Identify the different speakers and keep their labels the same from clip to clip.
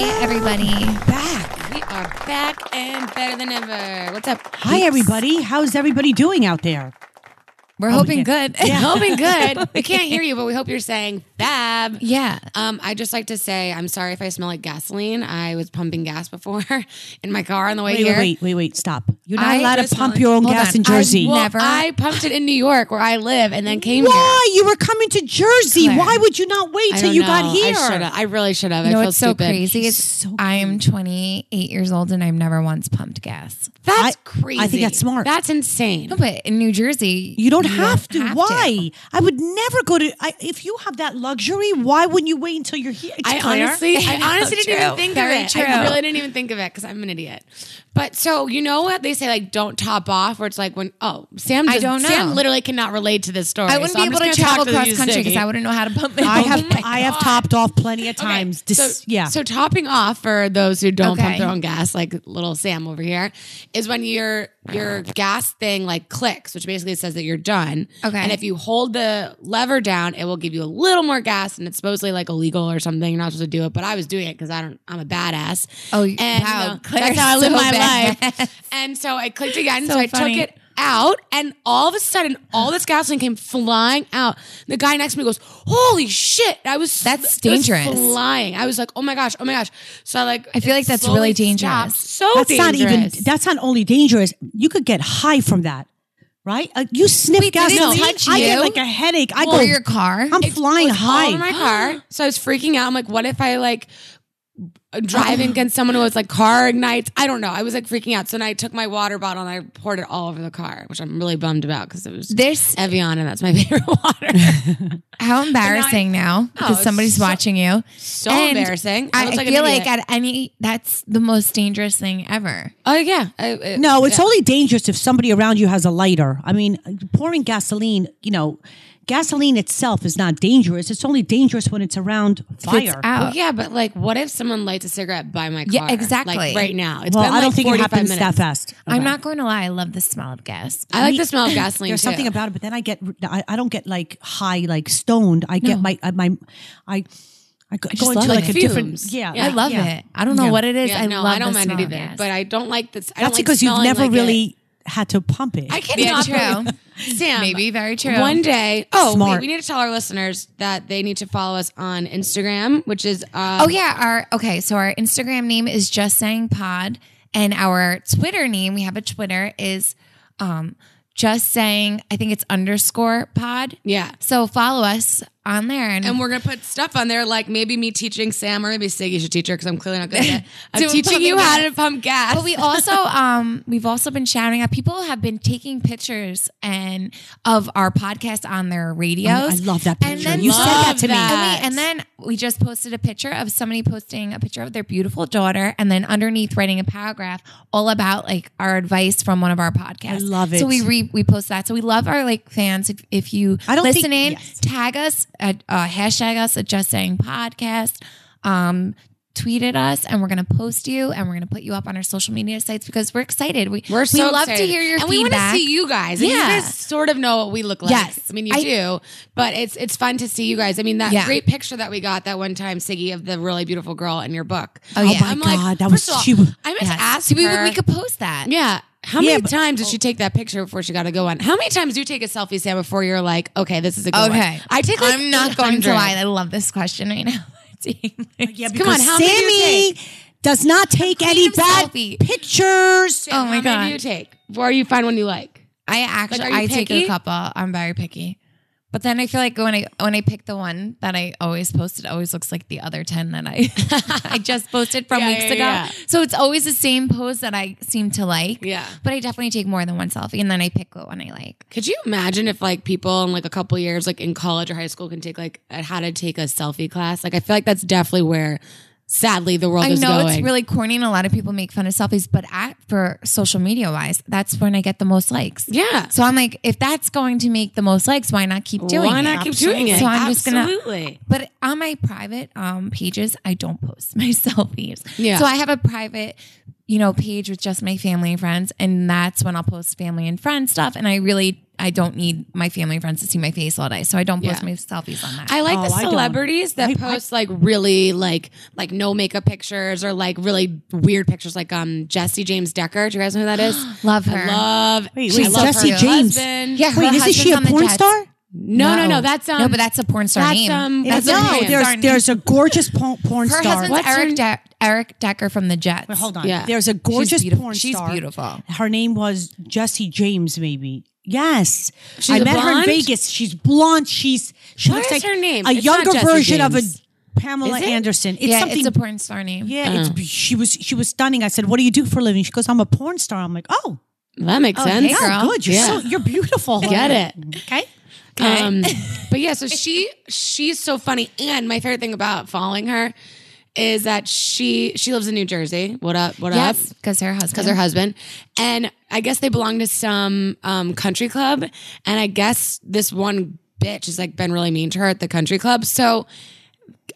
Speaker 1: everybody.
Speaker 2: Back.
Speaker 3: We are back and better than ever. What's up?
Speaker 2: Hi, everybody. How's everybody doing out there?
Speaker 3: We're hoping good.
Speaker 2: Oh, Yeah.
Speaker 3: hoping good. We can't hear you, but we hope you're saying fab.
Speaker 1: Yeah.
Speaker 3: Um, I just like to say I'm sorry if I smell like gasoline. I was pumping gas before in my car on the way
Speaker 2: Wait,
Speaker 3: here.
Speaker 2: wait, wait, wait, wait. Stop. You're not
Speaker 3: I
Speaker 2: allowed to
Speaker 3: just
Speaker 2: pump
Speaker 3: want-
Speaker 2: your own
Speaker 1: Hold
Speaker 2: gas
Speaker 1: on.
Speaker 2: in
Speaker 1: I
Speaker 2: Jersey.
Speaker 1: will-
Speaker 3: Well,
Speaker 1: Never.
Speaker 3: I pumped it in New York where I live and then came here.
Speaker 2: Why? You were coming to Jersey.
Speaker 1: Claire.
Speaker 2: Why would you not wait
Speaker 3: I
Speaker 2: till
Speaker 3: don't
Speaker 2: you
Speaker 3: know.
Speaker 2: got here?
Speaker 3: I should have. I really should have.
Speaker 1: You know
Speaker 3: I feel
Speaker 1: it's so
Speaker 3: stupid.
Speaker 1: crazy. It's
Speaker 2: so
Speaker 1: I'm 28 years old and I've never once pumped gas.
Speaker 3: That's
Speaker 2: I- I think
Speaker 3: crazy.
Speaker 2: that's smart.
Speaker 3: That's insane.
Speaker 1: No, but in New Jersey,
Speaker 2: You don't have to. why? I would never go to. I, if you have that luxury, why wouldn't you wait until you're here?
Speaker 3: I
Speaker 2: Claire.
Speaker 3: honestly, I honestly
Speaker 1: True.
Speaker 3: didn't even think
Speaker 1: Very
Speaker 3: of it.
Speaker 1: true.
Speaker 3: I really didn't even think of it because I'm an idiot. But so you know what they say, like don't top off, where it's like when oh Sam,
Speaker 1: I
Speaker 3: just,
Speaker 1: don't know.
Speaker 3: Sam literally cannot relate to this story.
Speaker 1: I wouldn't
Speaker 3: so
Speaker 1: be
Speaker 3: I'm
Speaker 1: able to
Speaker 3: just gonna
Speaker 1: travel
Speaker 3: talk the
Speaker 1: cross
Speaker 3: news
Speaker 1: country because
Speaker 3: digging.
Speaker 1: I wouldn't know how to pump my
Speaker 2: I
Speaker 1: own
Speaker 2: have
Speaker 1: gas.
Speaker 2: I have topped off plenty of times. This,
Speaker 3: So,
Speaker 2: yeah.
Speaker 3: So topping off for those who don't
Speaker 1: Okay.
Speaker 3: pump their own gas, like little Sam over here, is when your your gas thing like clicks, which basically says that you're done.
Speaker 1: Okay.
Speaker 3: And if you hold the lever down, it will give you a little more gas, and it's supposedly like illegal or something. You're not supposed to do it, but I was doing it because I don't. I'm a badass.
Speaker 1: Oh,
Speaker 3: and,
Speaker 1: wow, Claire,
Speaker 3: that's how I
Speaker 1: so
Speaker 3: live my
Speaker 1: badass.
Speaker 3: life. And so I clicked again.
Speaker 1: So
Speaker 3: so I
Speaker 1: funny.
Speaker 3: took it out and all of a sudden all this gasoline came flying out the guy next to me goes holy shit i was
Speaker 1: That's
Speaker 3: it was
Speaker 1: dangerous.
Speaker 3: flying i was like oh my gosh oh my gosh so i like
Speaker 1: I feel like
Speaker 3: it
Speaker 1: that's
Speaker 3: slowly
Speaker 1: really
Speaker 3: stopped.
Speaker 1: dangerous.
Speaker 3: so
Speaker 2: that's
Speaker 3: dangerous
Speaker 2: not even. That's not only dangerous. You could get high from that, right? Uh, you sniff
Speaker 1: Wait, did it
Speaker 2: gasoline.
Speaker 1: touch
Speaker 2: I get
Speaker 1: you?
Speaker 2: like a headache. I
Speaker 1: Or
Speaker 2: go.
Speaker 1: your car.
Speaker 2: I'm flying high.
Speaker 3: in my car so i was freaking out i'm like what if i like
Speaker 1: Oh.
Speaker 3: driving against someone who was like car ignites i don't know i was like freaking out so then i took my water bottle and i poured it all over the car which i'm really bummed about because it was
Speaker 1: This
Speaker 3: evian and that's my favorite water
Speaker 1: how embarrassing now, because
Speaker 3: it's
Speaker 1: somebody's
Speaker 3: Oh, so-
Speaker 1: watching you.
Speaker 3: so
Speaker 1: And
Speaker 3: embarrassing
Speaker 1: I,
Speaker 3: looked
Speaker 1: I
Speaker 3: an
Speaker 1: feel like
Speaker 3: idiot.
Speaker 1: at any that's the most dangerous thing ever.
Speaker 3: Oh yeah. I, I-
Speaker 2: No, it's
Speaker 3: yeah.
Speaker 2: only dangerous if somebody around you has a lighter. I mean, pouring gasoline, you know, gasoline itself is not dangerous. It's only dangerous when it's around fire.
Speaker 1: It's out.
Speaker 3: Well, yeah, but like, what if someone lights a cigarette by my car?
Speaker 1: Yeah, exactly.
Speaker 3: Like right now. It's
Speaker 2: well,
Speaker 3: been
Speaker 2: I don't
Speaker 3: like
Speaker 2: think it
Speaker 3: 45
Speaker 2: happens
Speaker 3: minutes.
Speaker 2: that fast.
Speaker 1: I'm not going to lie. I love the smell of gas.
Speaker 3: I like the smell of gasoline.
Speaker 2: There's
Speaker 3: too.
Speaker 2: something about it, but then I get I, I don't get like high, like stoned. I get my I, my I I go, go
Speaker 1: love
Speaker 2: into like
Speaker 1: it.
Speaker 2: a different
Speaker 3: Fumes.
Speaker 2: yeah.
Speaker 3: Yeah.
Speaker 1: I
Speaker 2: like-
Speaker 1: love
Speaker 2: yeah.
Speaker 1: it. I don't know what it is.
Speaker 3: Yeah,
Speaker 1: I
Speaker 3: no,
Speaker 1: love
Speaker 3: I don't
Speaker 1: the
Speaker 3: mind it
Speaker 1: smell of
Speaker 3: either.
Speaker 1: gas.
Speaker 3: But I don't like this. I don't
Speaker 2: That's
Speaker 3: like
Speaker 2: because you've
Speaker 3: smelling
Speaker 2: never
Speaker 3: like
Speaker 2: really
Speaker 3: It.
Speaker 2: had to pump it.
Speaker 3: I
Speaker 1: Yeah,
Speaker 3: cannot
Speaker 1: true.
Speaker 3: believe- Sam.
Speaker 1: Maybe very true.
Speaker 3: One day. Oh,
Speaker 2: Smart.
Speaker 3: Wait, we need to tell our listeners that they need to follow us on Instagram, which is uh,
Speaker 1: Oh yeah, our okay. So our Instagram name is just saying pod, and our Twitter name we have a Twitter is um just saying. I think it's underscore pod.
Speaker 3: yeah.
Speaker 1: So follow us on there, and,
Speaker 3: And we're gonna put stuff on there, like maybe me teaching Sam, or maybe Siggy should teach her because I'm clearly not good at it. I'm
Speaker 1: Doing
Speaker 3: teaching you
Speaker 1: pumping
Speaker 3: how
Speaker 1: gas.
Speaker 3: to pump gas.
Speaker 1: but we also um we've also been shouting out. People have been taking pictures and of our podcast on
Speaker 3: Oh
Speaker 1: their radios.
Speaker 2: I love that
Speaker 1: And
Speaker 2: picture.
Speaker 1: then
Speaker 2: You said that to me.
Speaker 3: Love
Speaker 1: And,
Speaker 3: that.
Speaker 1: we, and then we just posted a picture of somebody posting a picture of their beautiful daughter, and then underneath writing a paragraph all about like our advice from one of our podcasts.
Speaker 2: I love it.
Speaker 1: So we re, we post that. So we love our like fans. If, if you
Speaker 2: I don't think-
Speaker 1: listen in,
Speaker 2: yes.
Speaker 1: tag us, at, uh, hashtag us at Just Saying Podcast. Um, tweet at us and we're going to post you and we're going to put you up on our social media sites because we're excited. We,
Speaker 3: We're so
Speaker 1: we love
Speaker 3: excited.
Speaker 1: to hear your
Speaker 3: and we
Speaker 1: feedback.
Speaker 3: want to see you guys. And
Speaker 1: Yeah.
Speaker 3: you guys sort of know what we look like.
Speaker 1: Yes.
Speaker 3: I mean you
Speaker 1: I-
Speaker 3: do, but it's it's fun to see you guys. I mean that
Speaker 1: Yeah.
Speaker 3: great picture that we got that one time, Siggy, of the really beautiful girl in your book.
Speaker 1: Oh, yeah.
Speaker 2: my God, that was-
Speaker 3: first of all,
Speaker 2: she was-
Speaker 3: I must
Speaker 1: Yes.
Speaker 3: ask
Speaker 1: So we, would-
Speaker 3: her-
Speaker 1: we could post that.
Speaker 3: yeah. How
Speaker 2: Yeah,
Speaker 3: many
Speaker 2: but-
Speaker 3: times did
Speaker 1: Oh.
Speaker 3: she take that picture before she got to go on? How many times do you take a selfie, Sam, before you're like, okay, this is a good one? I take like
Speaker 1: I'm not going to
Speaker 3: 800.
Speaker 1: lie. I love this question right now.
Speaker 2: Yeah,
Speaker 3: Come on,
Speaker 2: because
Speaker 3: how many do you
Speaker 2: Sammy does not take any
Speaker 1: Creative
Speaker 2: bad
Speaker 1: selfie.
Speaker 2: pictures.
Speaker 3: Sam,
Speaker 1: Oh, my
Speaker 3: how
Speaker 1: God.
Speaker 3: many do you take before you find one you like?
Speaker 1: I actually
Speaker 3: Like, are you
Speaker 1: I take a
Speaker 3: picky?
Speaker 1: couple. I'm very picky. But then I feel like when I when I pick the one that I always post, it always looks like the other ten that I I just posted from
Speaker 3: Yeah,
Speaker 1: weeks
Speaker 3: yeah,
Speaker 1: ago.
Speaker 3: yeah.
Speaker 1: So it's always the same pose that I seem to like.
Speaker 3: Yeah.
Speaker 1: But I definitely take more than one selfie, and then I pick what one I like.
Speaker 3: Could you imagine if like people in like a couple years, like in college or high school, can take like a- how to take a selfie class? Like I feel like that's definitely where, sadly, the world
Speaker 1: I
Speaker 3: is
Speaker 1: know
Speaker 3: going.
Speaker 1: it's really corny, and a lot of people make fun of selfies. But at, for social media wise, that's when I get the most likes.
Speaker 3: yeah.
Speaker 1: So I'm like, if that's going to make the most likes, why not keep doing it?
Speaker 3: Why not keep doing it?
Speaker 1: So I'm just gonna
Speaker 3: absolutely.
Speaker 1: But on my private um, pages, I don't post my selfies.
Speaker 3: Yeah.
Speaker 1: So I have a private, you know, page with just my family and friends, and that's when I'll post family and friends stuff. And I really I don't need my family and friends to see my face all day, so I don't post my selfies on that.
Speaker 3: I like the
Speaker 2: Oh, I don't.
Speaker 3: celebrities that post like really like like no makeup pictures or like really weird pictures, like um Jesse James Decker. Do you guys know who that is?
Speaker 1: Love her.
Speaker 3: I love.
Speaker 2: Wait,
Speaker 3: I
Speaker 2: wait,
Speaker 3: love
Speaker 2: Jesse
Speaker 3: her
Speaker 2: James.
Speaker 3: husband.
Speaker 1: yeah, her
Speaker 2: Wait, isn't
Speaker 1: husband's
Speaker 2: she a
Speaker 1: on the
Speaker 2: porn
Speaker 1: Jets.
Speaker 2: star?
Speaker 3: No, no, no. That's um.
Speaker 1: Oh. no, but that's a porn star
Speaker 3: that's,
Speaker 1: name.
Speaker 3: um,
Speaker 1: That's
Speaker 3: no,
Speaker 1: a
Speaker 2: no,
Speaker 1: porn
Speaker 3: brand.
Speaker 1: star
Speaker 2: there's
Speaker 1: name.
Speaker 2: there's a gorgeous porn, porn
Speaker 1: her
Speaker 2: star.
Speaker 1: husband's
Speaker 3: What's her-
Speaker 1: Eric De- Eric Decker from the Jets.
Speaker 2: Hold on.
Speaker 3: Yeah.
Speaker 2: There's a gorgeous
Speaker 1: beautiful.
Speaker 2: porn
Speaker 1: She's
Speaker 2: star.
Speaker 1: beautiful.
Speaker 2: Her name was Jessie James, maybe. Yes.
Speaker 3: She's
Speaker 2: I
Speaker 3: a
Speaker 2: met her in
Speaker 3: blonde?
Speaker 2: Vegas. She's blonde. She's she
Speaker 3: What
Speaker 2: looks
Speaker 3: is
Speaker 2: like
Speaker 3: her name?
Speaker 2: a
Speaker 3: It's not
Speaker 2: younger
Speaker 3: Jessie
Speaker 2: version of
Speaker 3: James.
Speaker 2: a Pamela
Speaker 3: Is it?
Speaker 2: Anderson. It's
Speaker 1: yeah,
Speaker 2: something
Speaker 1: it's a porn star name.
Speaker 2: Yeah, it's, she was she was stunning. I said, "What do you do for a living?" She goes, "I'm a porn star." I'm like, "Oh,
Speaker 3: that makes sense.
Speaker 1: hey, girl.
Speaker 2: oh, good. You're
Speaker 3: Yeah.
Speaker 2: so you're beautiful.
Speaker 3: Get it.
Speaker 2: Okay.
Speaker 3: Um, but yeah, so she she's so funny, and my favorite thing about following her is that she she lives in New Jersey. What up? What up?
Speaker 1: Yes, because her husband.
Speaker 3: because her husband and i guess they belong to some um, country club and i guess this one bitch has like been really mean to her at the country club so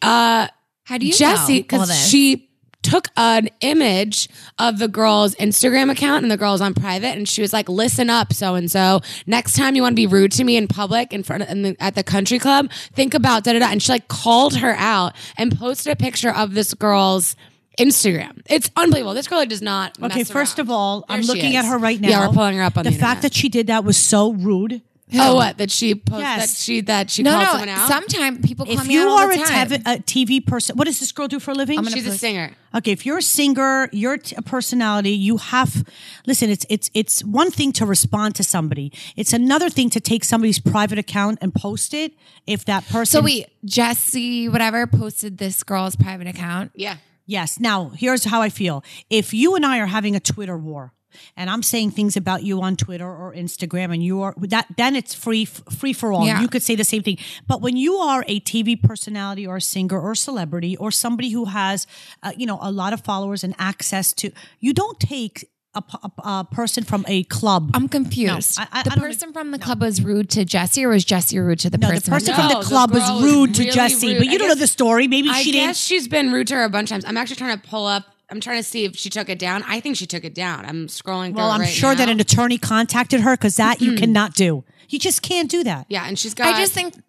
Speaker 3: uh
Speaker 1: How do you
Speaker 3: jesse
Speaker 1: know all
Speaker 3: because
Speaker 1: this?
Speaker 3: she took an image of the girl's instagram account and the girl's on private and she was like listen up so and so next time you want to be rude to me in public in front of, in the, at the country club think about da da da and she like called her out and posted a picture of this girl's Instagram. It's unbelievable. This girl does not.
Speaker 2: Okay.
Speaker 3: mess
Speaker 2: First
Speaker 3: around.
Speaker 2: of all, I'm
Speaker 3: There she
Speaker 2: looking
Speaker 3: is.
Speaker 2: at her right now.
Speaker 3: Yeah, we're pulling her up on the,
Speaker 2: fact that she did that was so rude.
Speaker 3: oh what that she posted
Speaker 2: Yes.
Speaker 3: that she that she
Speaker 1: no,
Speaker 3: called someone
Speaker 1: no.
Speaker 3: out.
Speaker 1: Sometimes people call
Speaker 2: If
Speaker 1: me
Speaker 2: you
Speaker 1: out all
Speaker 2: are
Speaker 1: the
Speaker 2: a,
Speaker 1: time.
Speaker 2: tev- uh, a TV person, what does this girl do for a living?
Speaker 3: She's a singer.
Speaker 2: Okay, if you're a singer, you're t- a personality. You have listen. It's it's it's one thing to respond to somebody. It's another thing to take somebody's private account and post it. If that person,
Speaker 1: so wait, Jesse, whatever, posted this girl's private account.
Speaker 3: Yeah.
Speaker 2: yes. Now here's how I feel. If you and I are having a Twitter war, and I'm saying things about you on Twitter or Instagram, and you are that, then it's free free for all.
Speaker 1: Yeah.
Speaker 2: You could say the same thing. But when you are a TV personality or a singer or celebrity or somebody who has, uh, you know, a lot of followers and access to, you don't take. A, p- a p- a person from a club
Speaker 1: I'm confused.
Speaker 2: No, I- I-
Speaker 1: the
Speaker 2: I don't-
Speaker 1: person from the club was rude to Jesse, or was Jesse rude to the
Speaker 2: No,
Speaker 1: person?
Speaker 2: the person
Speaker 1: from
Speaker 2: from
Speaker 3: No,
Speaker 2: the
Speaker 3: the
Speaker 2: club
Speaker 3: girl
Speaker 2: was
Speaker 3: was
Speaker 2: rude to
Speaker 3: really
Speaker 2: Jesse,
Speaker 3: rude.
Speaker 2: but you
Speaker 3: I
Speaker 2: don't know
Speaker 3: guess-
Speaker 2: the story. Maybe
Speaker 3: I
Speaker 2: she
Speaker 3: guess
Speaker 2: didn't.
Speaker 3: she's been rude to her a bunch of times. I'm actually trying to pull up. I'm trying to see if she took it down. I think she took it down. I'm scrolling.
Speaker 2: Well,
Speaker 3: through it
Speaker 2: I'm
Speaker 3: right Hmm.
Speaker 2: sure that
Speaker 3: now.
Speaker 2: an attorney contacted her because that you cannot do. You just can't do that.
Speaker 3: yeah, and she's got.
Speaker 1: I just think um,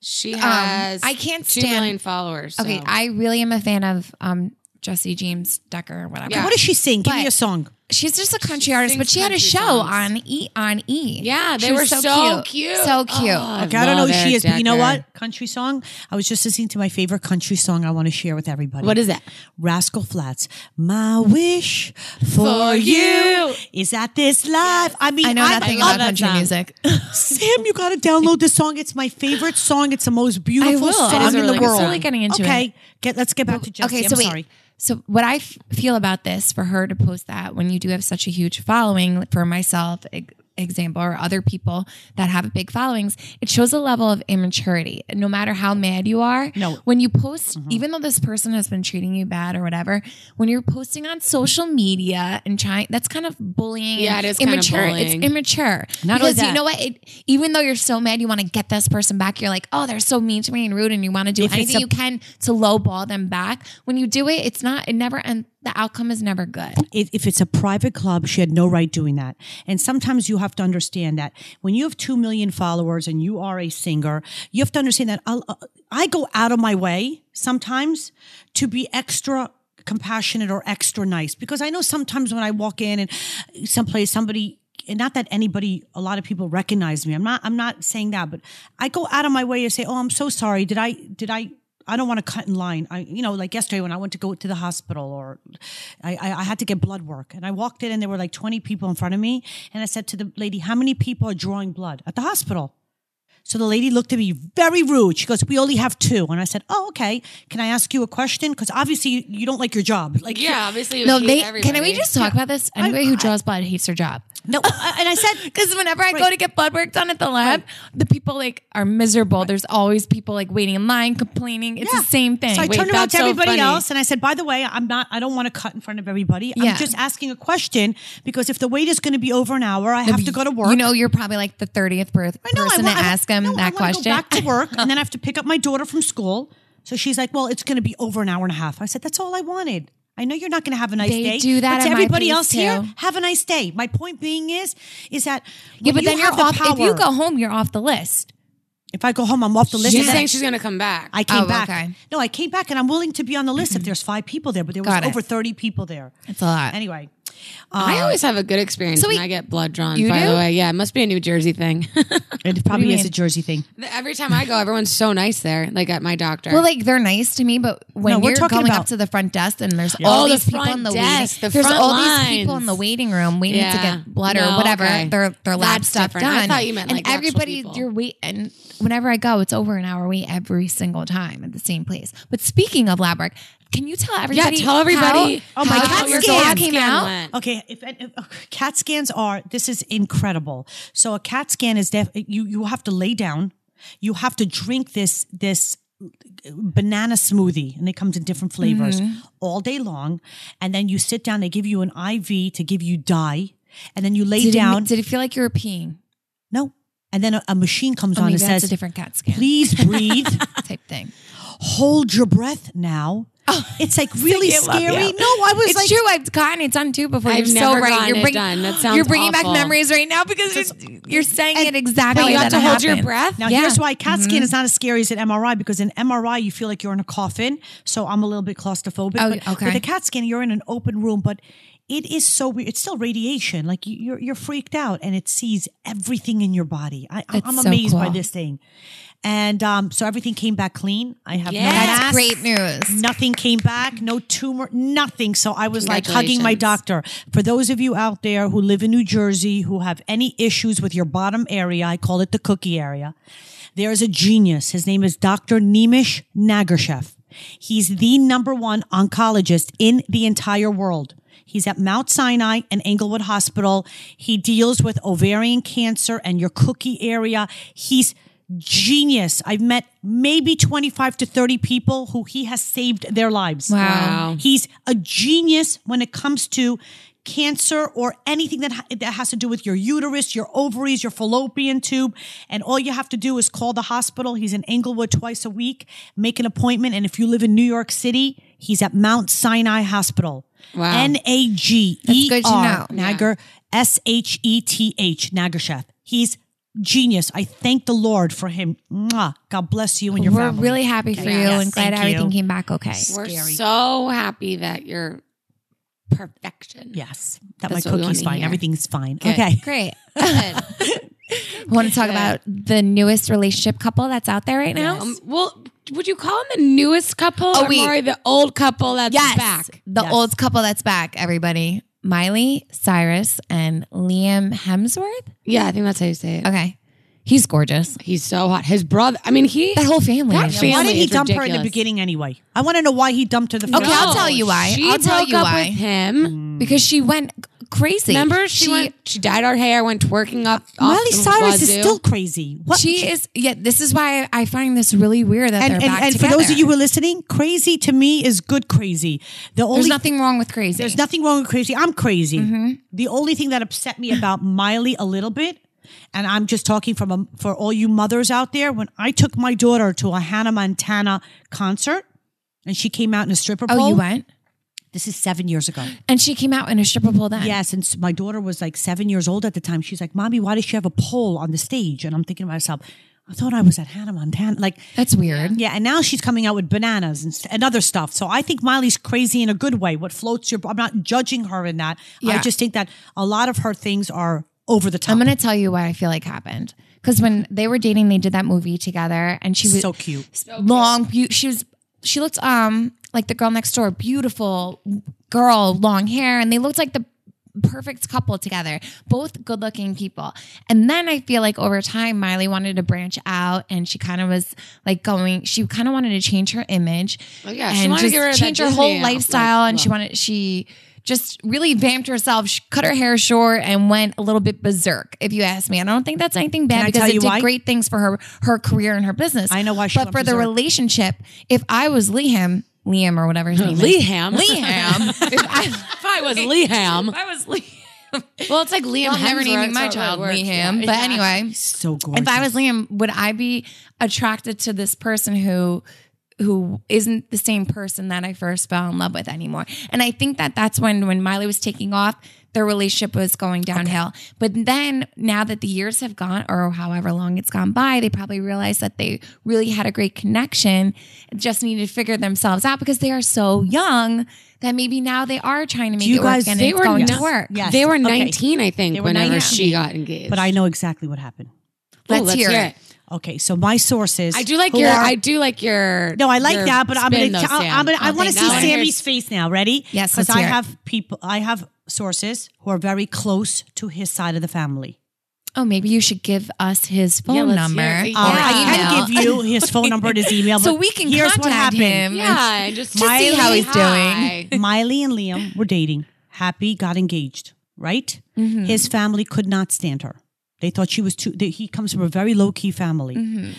Speaker 3: she has.
Speaker 1: I can't
Speaker 3: two
Speaker 1: stand-
Speaker 3: million followers.
Speaker 1: okay.
Speaker 3: so.
Speaker 1: I really am a fan of um, Jesse James Decker, or whatever.
Speaker 3: Yeah.
Speaker 2: What is she sing? Give me
Speaker 1: But-
Speaker 2: a song.
Speaker 1: She's just a country artist,
Speaker 3: sings
Speaker 1: but she had a
Speaker 3: country
Speaker 1: show
Speaker 3: songs.
Speaker 1: on E on E.
Speaker 3: Yeah, they
Speaker 1: She was
Speaker 3: were so cute.
Speaker 1: so cute.
Speaker 3: Oh, I
Speaker 2: Okay, I don't know
Speaker 3: love
Speaker 2: who she
Speaker 3: Eric
Speaker 2: is, but you know
Speaker 3: Decker.
Speaker 2: what? Country song. I was just listening to my favorite country song. I want to share with everybody.
Speaker 3: What is that?
Speaker 2: Rascal Flats. My wish for,
Speaker 3: For
Speaker 2: you,
Speaker 3: you.
Speaker 2: is that this life. I mean,
Speaker 1: I know nothing
Speaker 2: love
Speaker 1: about
Speaker 2: that
Speaker 1: country
Speaker 2: song.
Speaker 1: music.
Speaker 2: Sam, you got to download this song. It's my favorite song. It's the most
Speaker 1: I
Speaker 2: beautiful
Speaker 1: will.
Speaker 2: song
Speaker 1: It is
Speaker 2: in
Speaker 1: a really
Speaker 2: the
Speaker 1: good
Speaker 2: world.
Speaker 1: song. I'm really getting into
Speaker 2: okay,
Speaker 1: it.
Speaker 2: get let's get back to Jesse.
Speaker 1: okay,
Speaker 2: I'm
Speaker 1: so wait.
Speaker 2: sorry.
Speaker 1: So what I f- feel about this for her to post that when you do have such a huge following like for myself, e- example, or other people that have big followings, it shows a level of immaturity. No matter how mad you are,
Speaker 2: No.
Speaker 1: when you post,
Speaker 3: Mm-hmm.
Speaker 1: even though this person has been treating you bad or whatever, when you're posting on social media and trying, that's kind of bullying.
Speaker 3: Yeah,
Speaker 1: and
Speaker 3: it is kind of
Speaker 1: immature.
Speaker 3: bullying.
Speaker 1: It's immature.
Speaker 2: Not only
Speaker 1: because
Speaker 2: that-
Speaker 1: you know what? It, even though you're so mad, you want to get this person back. You're like, oh, they're so mean to me and rude, and you want to do
Speaker 2: If it's
Speaker 1: anything
Speaker 2: a-
Speaker 1: you can to lowball them back. When you do it, it's not. It never and the outcome is never good.
Speaker 2: If, if it's a private club, she had no right doing that. And sometimes you have to understand that when you have two million followers and you are a singer, you have to understand that I'll, uh, I go out of my way sometimes to be extra compassionate or extra nice because I know sometimes when I walk in and someplace somebody and not that anybody a lot of people recognize me i'm not i'm not saying that but i go out of my way to say oh i'm so sorry did i did i i don't want to cut in line i you know like yesterday when i went to go to the hospital or I, I i had to get blood work and i walked in and there were like 20 people in front of me and i said to the lady how many people are drawing blood at the hospital so the lady looked at me very rude. She goes, "We only have two. And I said, "Oh, okay. Can I ask you a question? Because obviously you, you don't like your job. Like,
Speaker 3: Yeah, obviously.
Speaker 1: No,
Speaker 3: she-
Speaker 1: they can we
Speaker 3: everybody.
Speaker 1: just talk about this? Anybody who draws blood hates their job.
Speaker 2: no. And I said,
Speaker 1: Because whenever I go to get blood work done at the lab, the people like are miserable. There's always people like waiting in line, complaining. It's
Speaker 2: Yeah.
Speaker 1: the same thing.
Speaker 2: So I
Speaker 3: Wait,
Speaker 2: turned around
Speaker 3: that's
Speaker 2: to
Speaker 3: so
Speaker 2: everybody
Speaker 3: funny.
Speaker 2: else and I said, by the way, I'm not, I don't want to cut in front of everybody.
Speaker 1: Yeah.
Speaker 2: I'm just asking a question because if the wait is going to be over an hour, I have to go to work.
Speaker 1: You know, you're probably like the thirtieth person
Speaker 2: I know, I
Speaker 1: to
Speaker 2: wa- I wa-
Speaker 1: ask them
Speaker 2: no, I
Speaker 1: that
Speaker 2: wanna
Speaker 1: question.
Speaker 2: Go back to work and then I have to pick up my daughter from school. So she's like, well, it's going to be over an hour and a half. I said, that's all I wanted. I know you're not going to have a nice
Speaker 1: They
Speaker 2: day.
Speaker 1: do that
Speaker 2: but to
Speaker 1: at my
Speaker 2: everybody
Speaker 1: place,
Speaker 2: else here,
Speaker 1: too.
Speaker 2: have a nice day. My point being is, is that
Speaker 1: Yeah, but
Speaker 2: when you
Speaker 1: then you're
Speaker 2: have the
Speaker 1: off. If you
Speaker 2: power-
Speaker 1: go home, you're off the list.
Speaker 2: if I go home, I'm off the list.
Speaker 3: She's
Speaker 2: Then
Speaker 3: saying she's gonna come back.
Speaker 2: I came
Speaker 1: Oh,
Speaker 2: back.
Speaker 1: okay.
Speaker 2: No, I came back, and I'm willing to be on the list if there's five people there, but there was
Speaker 1: Got it.
Speaker 2: over thirty people there.
Speaker 1: It's a lot.
Speaker 2: Anyway,
Speaker 3: I always have a good experience
Speaker 1: So
Speaker 3: when
Speaker 1: wait,
Speaker 3: I get blood drawn.
Speaker 1: you
Speaker 3: by
Speaker 1: do?
Speaker 3: the way, yeah, it must be a New Jersey thing.
Speaker 2: it probably is
Speaker 1: mean?
Speaker 2: a Jersey thing.
Speaker 3: Every time I go, everyone's so nice there. Like at my doctor.
Speaker 1: Well, like they're nice to me, but when
Speaker 2: No, we're
Speaker 1: you're
Speaker 2: talking
Speaker 1: going
Speaker 2: about-
Speaker 1: up to the front desk and there's all
Speaker 3: Oh, the
Speaker 1: these people
Speaker 3: front
Speaker 1: in the
Speaker 3: desk,
Speaker 1: waiting,
Speaker 3: the
Speaker 1: there's
Speaker 3: front
Speaker 1: all these people
Speaker 3: lines.
Speaker 1: in the waiting room waiting to
Speaker 3: Yeah.
Speaker 1: get blood
Speaker 3: No,
Speaker 1: or whatever
Speaker 3: okay.
Speaker 1: their their lab
Speaker 3: That's
Speaker 1: stuff
Speaker 3: different.
Speaker 1: done.
Speaker 3: I thought you meant,
Speaker 1: and
Speaker 3: like, the actual
Speaker 1: everybody
Speaker 3: people.
Speaker 1: you're wait and whenever I go, it's over an hour wait every single time at the same place. But speaking of lab work, can you tell everybody?
Speaker 3: tell everybody
Speaker 1: How,
Speaker 2: Oh, my
Speaker 1: how
Speaker 2: God,
Speaker 1: your
Speaker 2: scan.
Speaker 1: dog came
Speaker 3: Scan
Speaker 1: out.
Speaker 3: went.
Speaker 2: Okay, if, if CAT scans are this is incredible. So a CAT scan is def- you you have to lay down, you have to drink this this banana smoothie, and it comes in different flavors
Speaker 1: Mm-hmm.
Speaker 2: all day long. And then you sit down. They give you an IV to give you dye, and then you lay
Speaker 1: Did
Speaker 2: down.
Speaker 1: It, did it feel like you were peeing?
Speaker 2: no, and then a, a machine comes
Speaker 1: Oh,
Speaker 2: on
Speaker 1: maybe
Speaker 2: and
Speaker 1: that's a
Speaker 2: says,
Speaker 1: different cat scan
Speaker 2: "Please breathe."
Speaker 1: type thing.
Speaker 2: hold your breath now. it's like really
Speaker 1: can't Oh, love
Speaker 2: scary. No,
Speaker 1: you.
Speaker 2: I was
Speaker 1: It's
Speaker 2: like,
Speaker 1: true. I've gotten it done too before.
Speaker 3: I've
Speaker 1: you're so
Speaker 3: never
Speaker 1: right.
Speaker 3: gotten
Speaker 1: You're
Speaker 3: it
Speaker 1: bringing
Speaker 3: done. That sounds
Speaker 1: you're bringing back
Speaker 3: awful.
Speaker 1: memories right now because you're, you're saying it exactly.
Speaker 3: But you have to
Speaker 1: that
Speaker 3: hold your
Speaker 1: happened. Mm-hmm.
Speaker 3: breath?
Speaker 2: Now,
Speaker 1: Yeah.
Speaker 2: here's why CAT scan is not as scary as an MRI because in MRI, you feel like you're in a coffin. So I'm a little bit claustrophobic.
Speaker 1: Oh,
Speaker 2: but
Speaker 1: okay.
Speaker 2: With a CAT scan, you're in an open room, but it is so weird. It's still radiation. Like you- you're, you're freaked out and it sees everything in your body. I, I-
Speaker 1: That's
Speaker 2: I'm
Speaker 1: so
Speaker 2: amazed by
Speaker 1: cool.
Speaker 2: this thing. And um, so everything came back clean. I have no
Speaker 3: Yeah.
Speaker 1: That's
Speaker 2: mask.
Speaker 1: great news.
Speaker 2: Nothing came back, no tumor, nothing. So I was like hugging my doctor. For those of you out there who live in New Jersey who have any issues with your bottom area, I call it the cookie area. There is a genius. His name is Dr. Nemish Nagershev. He's the number one oncologist in the entire world. He's at Mount Sinai and Englewood Hospital. He deals with ovarian cancer and your cookie area. He's genius. I've met maybe 25 to 30 people who he has saved their lives.
Speaker 1: Wow.
Speaker 2: He's a genius when it comes to cancer or anything that ha- that has to do with your uterus, your ovaries, your fallopian tube, and all you have to do is call the hospital. He's in Englewood twice a week, make an appointment, and if you live in New York City, he's at Mount Sinai Hospital.
Speaker 3: Wow.
Speaker 2: N A G E
Speaker 1: good to
Speaker 2: R
Speaker 1: know.
Speaker 2: Nagar S H E T H Nagershev. He's genius. I thank the Lord for him. Mwah. God bless you and your
Speaker 1: We're
Speaker 2: family.
Speaker 1: really happy for you
Speaker 2: Yes,
Speaker 1: and glad
Speaker 2: thank
Speaker 1: everything
Speaker 2: you.
Speaker 1: came back okay.
Speaker 3: We're
Speaker 2: Scary.
Speaker 3: so happy that you're perfection.
Speaker 2: yes, that
Speaker 3: That's
Speaker 2: my
Speaker 3: what we
Speaker 2: cookie's
Speaker 3: wanna
Speaker 2: fine.
Speaker 3: hear.
Speaker 2: Everything's fine. Okay.
Speaker 1: Great. I want to talk about the newest relationship couple that's out there right now.
Speaker 3: Um, well, would you call him the newest couple or
Speaker 1: wait.
Speaker 3: more the old couple that's
Speaker 1: Yes.
Speaker 3: back?
Speaker 1: The
Speaker 2: Yes.
Speaker 1: old couple that's back, everybody. Miley Cyrus and Liam Hemsworth.
Speaker 3: Yeah, I think that's how you say it.
Speaker 1: Okay. He's gorgeous.
Speaker 3: He's so hot. His brother. I mean, he.
Speaker 1: That whole family.
Speaker 3: That
Speaker 1: is-
Speaker 3: family
Speaker 2: Why did he
Speaker 3: is
Speaker 2: dump her in the
Speaker 3: ridiculous.
Speaker 2: beginning anyway? I want to know why he dumped her the first
Speaker 1: Okay, I'll
Speaker 3: No,
Speaker 1: tell you why.
Speaker 3: She
Speaker 1: I'll tell
Speaker 3: broke
Speaker 1: you
Speaker 3: up
Speaker 1: why.
Speaker 3: with him.
Speaker 1: because she went crazy.
Speaker 3: Remember, she, went. She dyed her hair, went twerking up. off
Speaker 2: Miley
Speaker 3: the
Speaker 2: Cyrus is
Speaker 3: wazoo.
Speaker 2: still crazy. What?
Speaker 1: She is. Yeah, this is why I find this really weird that
Speaker 2: and
Speaker 1: they're
Speaker 2: and,
Speaker 1: back
Speaker 2: and for
Speaker 1: together.
Speaker 2: those of you who are listening, crazy to me is good crazy. The only
Speaker 1: there's nothing wrong with crazy.
Speaker 2: There's nothing wrong with crazy. I'm crazy.
Speaker 1: Mm-hmm.
Speaker 2: The only thing that upset me about Miley a little bit, and I'm just talking from a, for all you mothers out there, when I took my daughter to a Hannah Montana concert, and she came out in a stripper pole.
Speaker 1: oh, you went,
Speaker 2: This is seven years ago.
Speaker 1: and she came out in a stripper pole then.
Speaker 2: Yes, and s- my daughter was like seven years old at the time. She's like, "Mommy, why does she have a pole on the stage?" And I'm thinking to myself, "I thought I was at Hannah Montana." Like,
Speaker 1: that's weird.
Speaker 2: yeah, and now she's coming out with bananas and, st- and other stuff. So I think Miley's crazy in a good way. What floats your? I'm not judging her in that. I
Speaker 1: Yeah.
Speaker 2: just think that a lot of her things are over the top.
Speaker 1: I'm gonna tell you what I feel like happened because when they were dating, they did that movie together, and she was
Speaker 2: so cute.
Speaker 1: long. beau- she was. She looked um like the girl next door, beautiful girl, long hair, and they looked like the perfect couple together. Both good-looking people. And then I feel like over time, Miley wanted to branch out, and she kind of was like going. She kind of wanted to change her image.
Speaker 3: Oh, yeah, she
Speaker 1: and
Speaker 3: wanted to
Speaker 1: just
Speaker 3: get rid of that
Speaker 1: change her whole
Speaker 3: Disney outfit.
Speaker 1: lifestyle, and she wanted she. Just really vamped herself, she cut her hair short, and went a little bit berserk. If you ask me, and I don't think that's anything bad
Speaker 2: I
Speaker 1: because
Speaker 2: tell
Speaker 1: it
Speaker 2: you
Speaker 1: did
Speaker 2: why?
Speaker 1: great things for her her career and her business.
Speaker 2: I know why she
Speaker 1: But
Speaker 2: went
Speaker 1: for the
Speaker 2: berserk.
Speaker 1: relationship, if I was Liam, Liam or whatever his name is,
Speaker 3: Liam.
Speaker 1: Liam. if I,
Speaker 3: If I was Liam.
Speaker 1: if I was Liam,
Speaker 3: Well, it's like Liam.
Speaker 1: I'm never
Speaker 3: Hemsworth,
Speaker 1: naming my
Speaker 3: so it
Speaker 1: child
Speaker 3: works. Yeah.
Speaker 1: Liam. But
Speaker 3: Yeah.
Speaker 1: anyway,
Speaker 2: So gorgeous.
Speaker 1: if I was Liam, would I be attracted to this person who who isn't the same person that I first fell in love with anymore. And I think that that's when when Miley was taking off, their relationship was going downhill. But then now that the years have gone or however long it's gone by, they probably realized that they really had a great connection, just needed to figure themselves out because they are so young that maybe now they are trying to make
Speaker 2: you
Speaker 1: it
Speaker 2: guys-
Speaker 1: work and
Speaker 2: they
Speaker 1: it's
Speaker 3: were
Speaker 1: going
Speaker 3: not-
Speaker 1: to work.
Speaker 2: Yes.
Speaker 3: They were
Speaker 2: Okay.
Speaker 3: 19, I think,
Speaker 2: They were
Speaker 3: whenever
Speaker 2: 19.
Speaker 3: she got engaged. Oh,
Speaker 2: But I know exactly what happened.
Speaker 3: Cool,
Speaker 1: Let's hear it.
Speaker 2: Okay, so my sources.
Speaker 3: I do like
Speaker 2: who
Speaker 3: your.
Speaker 2: are-
Speaker 3: I do like your.
Speaker 2: No, I like
Speaker 3: your
Speaker 2: that, but I'm gonna.
Speaker 3: spin,
Speaker 2: Though,
Speaker 3: though, Sam.
Speaker 2: I'm gonna I
Speaker 3: Okay,
Speaker 2: want to
Speaker 3: now
Speaker 2: see
Speaker 3: I hear-
Speaker 2: Sammy's face now. Ready?
Speaker 1: Yes,
Speaker 2: because
Speaker 1: let's
Speaker 2: I
Speaker 1: hear it.
Speaker 2: have people. I have sources who are very close to his side of the family.
Speaker 1: Oh, maybe you should give us his phone
Speaker 3: Yeah, let's
Speaker 1: number.
Speaker 3: hear it.
Speaker 1: or
Speaker 3: Yeah.
Speaker 2: Um, I
Speaker 1: email.
Speaker 2: can give you his phone number and his email,
Speaker 1: so
Speaker 2: but
Speaker 1: we can
Speaker 2: here's what
Speaker 1: contact
Speaker 2: happened.
Speaker 1: him.
Speaker 3: Yeah, just
Speaker 1: To see how he's
Speaker 3: Hi.
Speaker 2: Miley and Liam were dating. Happy got engaged, right? His family could not stand her. They thought she was too. They, he comes from a very low key family,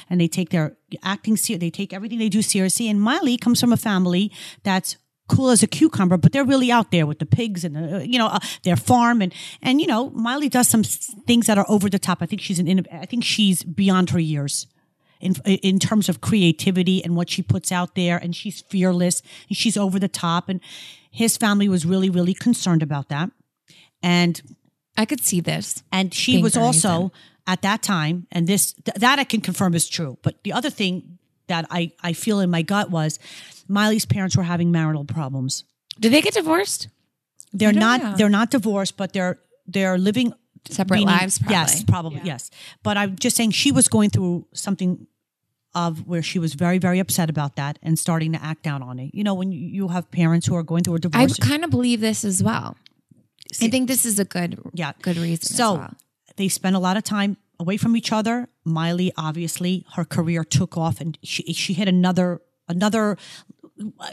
Speaker 2: and they take their acting. Ser- they take everything they do seriously. And Miley comes from a family that's cool as a cucumber, but they're really out there with the pigs and the, you know uh, their farm and and you know Miley does some s- things that are over the top. I think she's an. inno- I think she's beyond her years in in terms of creativity and what she puts out there and she's fearless and she's over the top and his family was really really concerned about that and
Speaker 1: I could see this.
Speaker 2: and she
Speaker 1: Being
Speaker 2: was
Speaker 1: very
Speaker 2: also at that time and this th- that I can confirm is true but the other thing that I I feel in my gut was Miley's parents were having marital problems
Speaker 3: Did they get divorced?
Speaker 2: they're
Speaker 1: don't
Speaker 2: not
Speaker 1: know.
Speaker 2: they're not divorced but they're they're living
Speaker 1: Separate
Speaker 2: meaning-
Speaker 1: lives, probably.
Speaker 2: Yes, probably. Yes. But I'm just saying she was going through something of where she was very, very upset about that and starting to act down on it. You know, when you- you have parents who are going through a
Speaker 1: I
Speaker 2: divorce.
Speaker 1: kind of believe this as well. I think this is a good,
Speaker 2: Yeah.
Speaker 1: good reason. as
Speaker 2: so
Speaker 1: well.
Speaker 2: they spent a lot of time away from each other. Miley, obviously, her career took off and she, she hit another, another uh,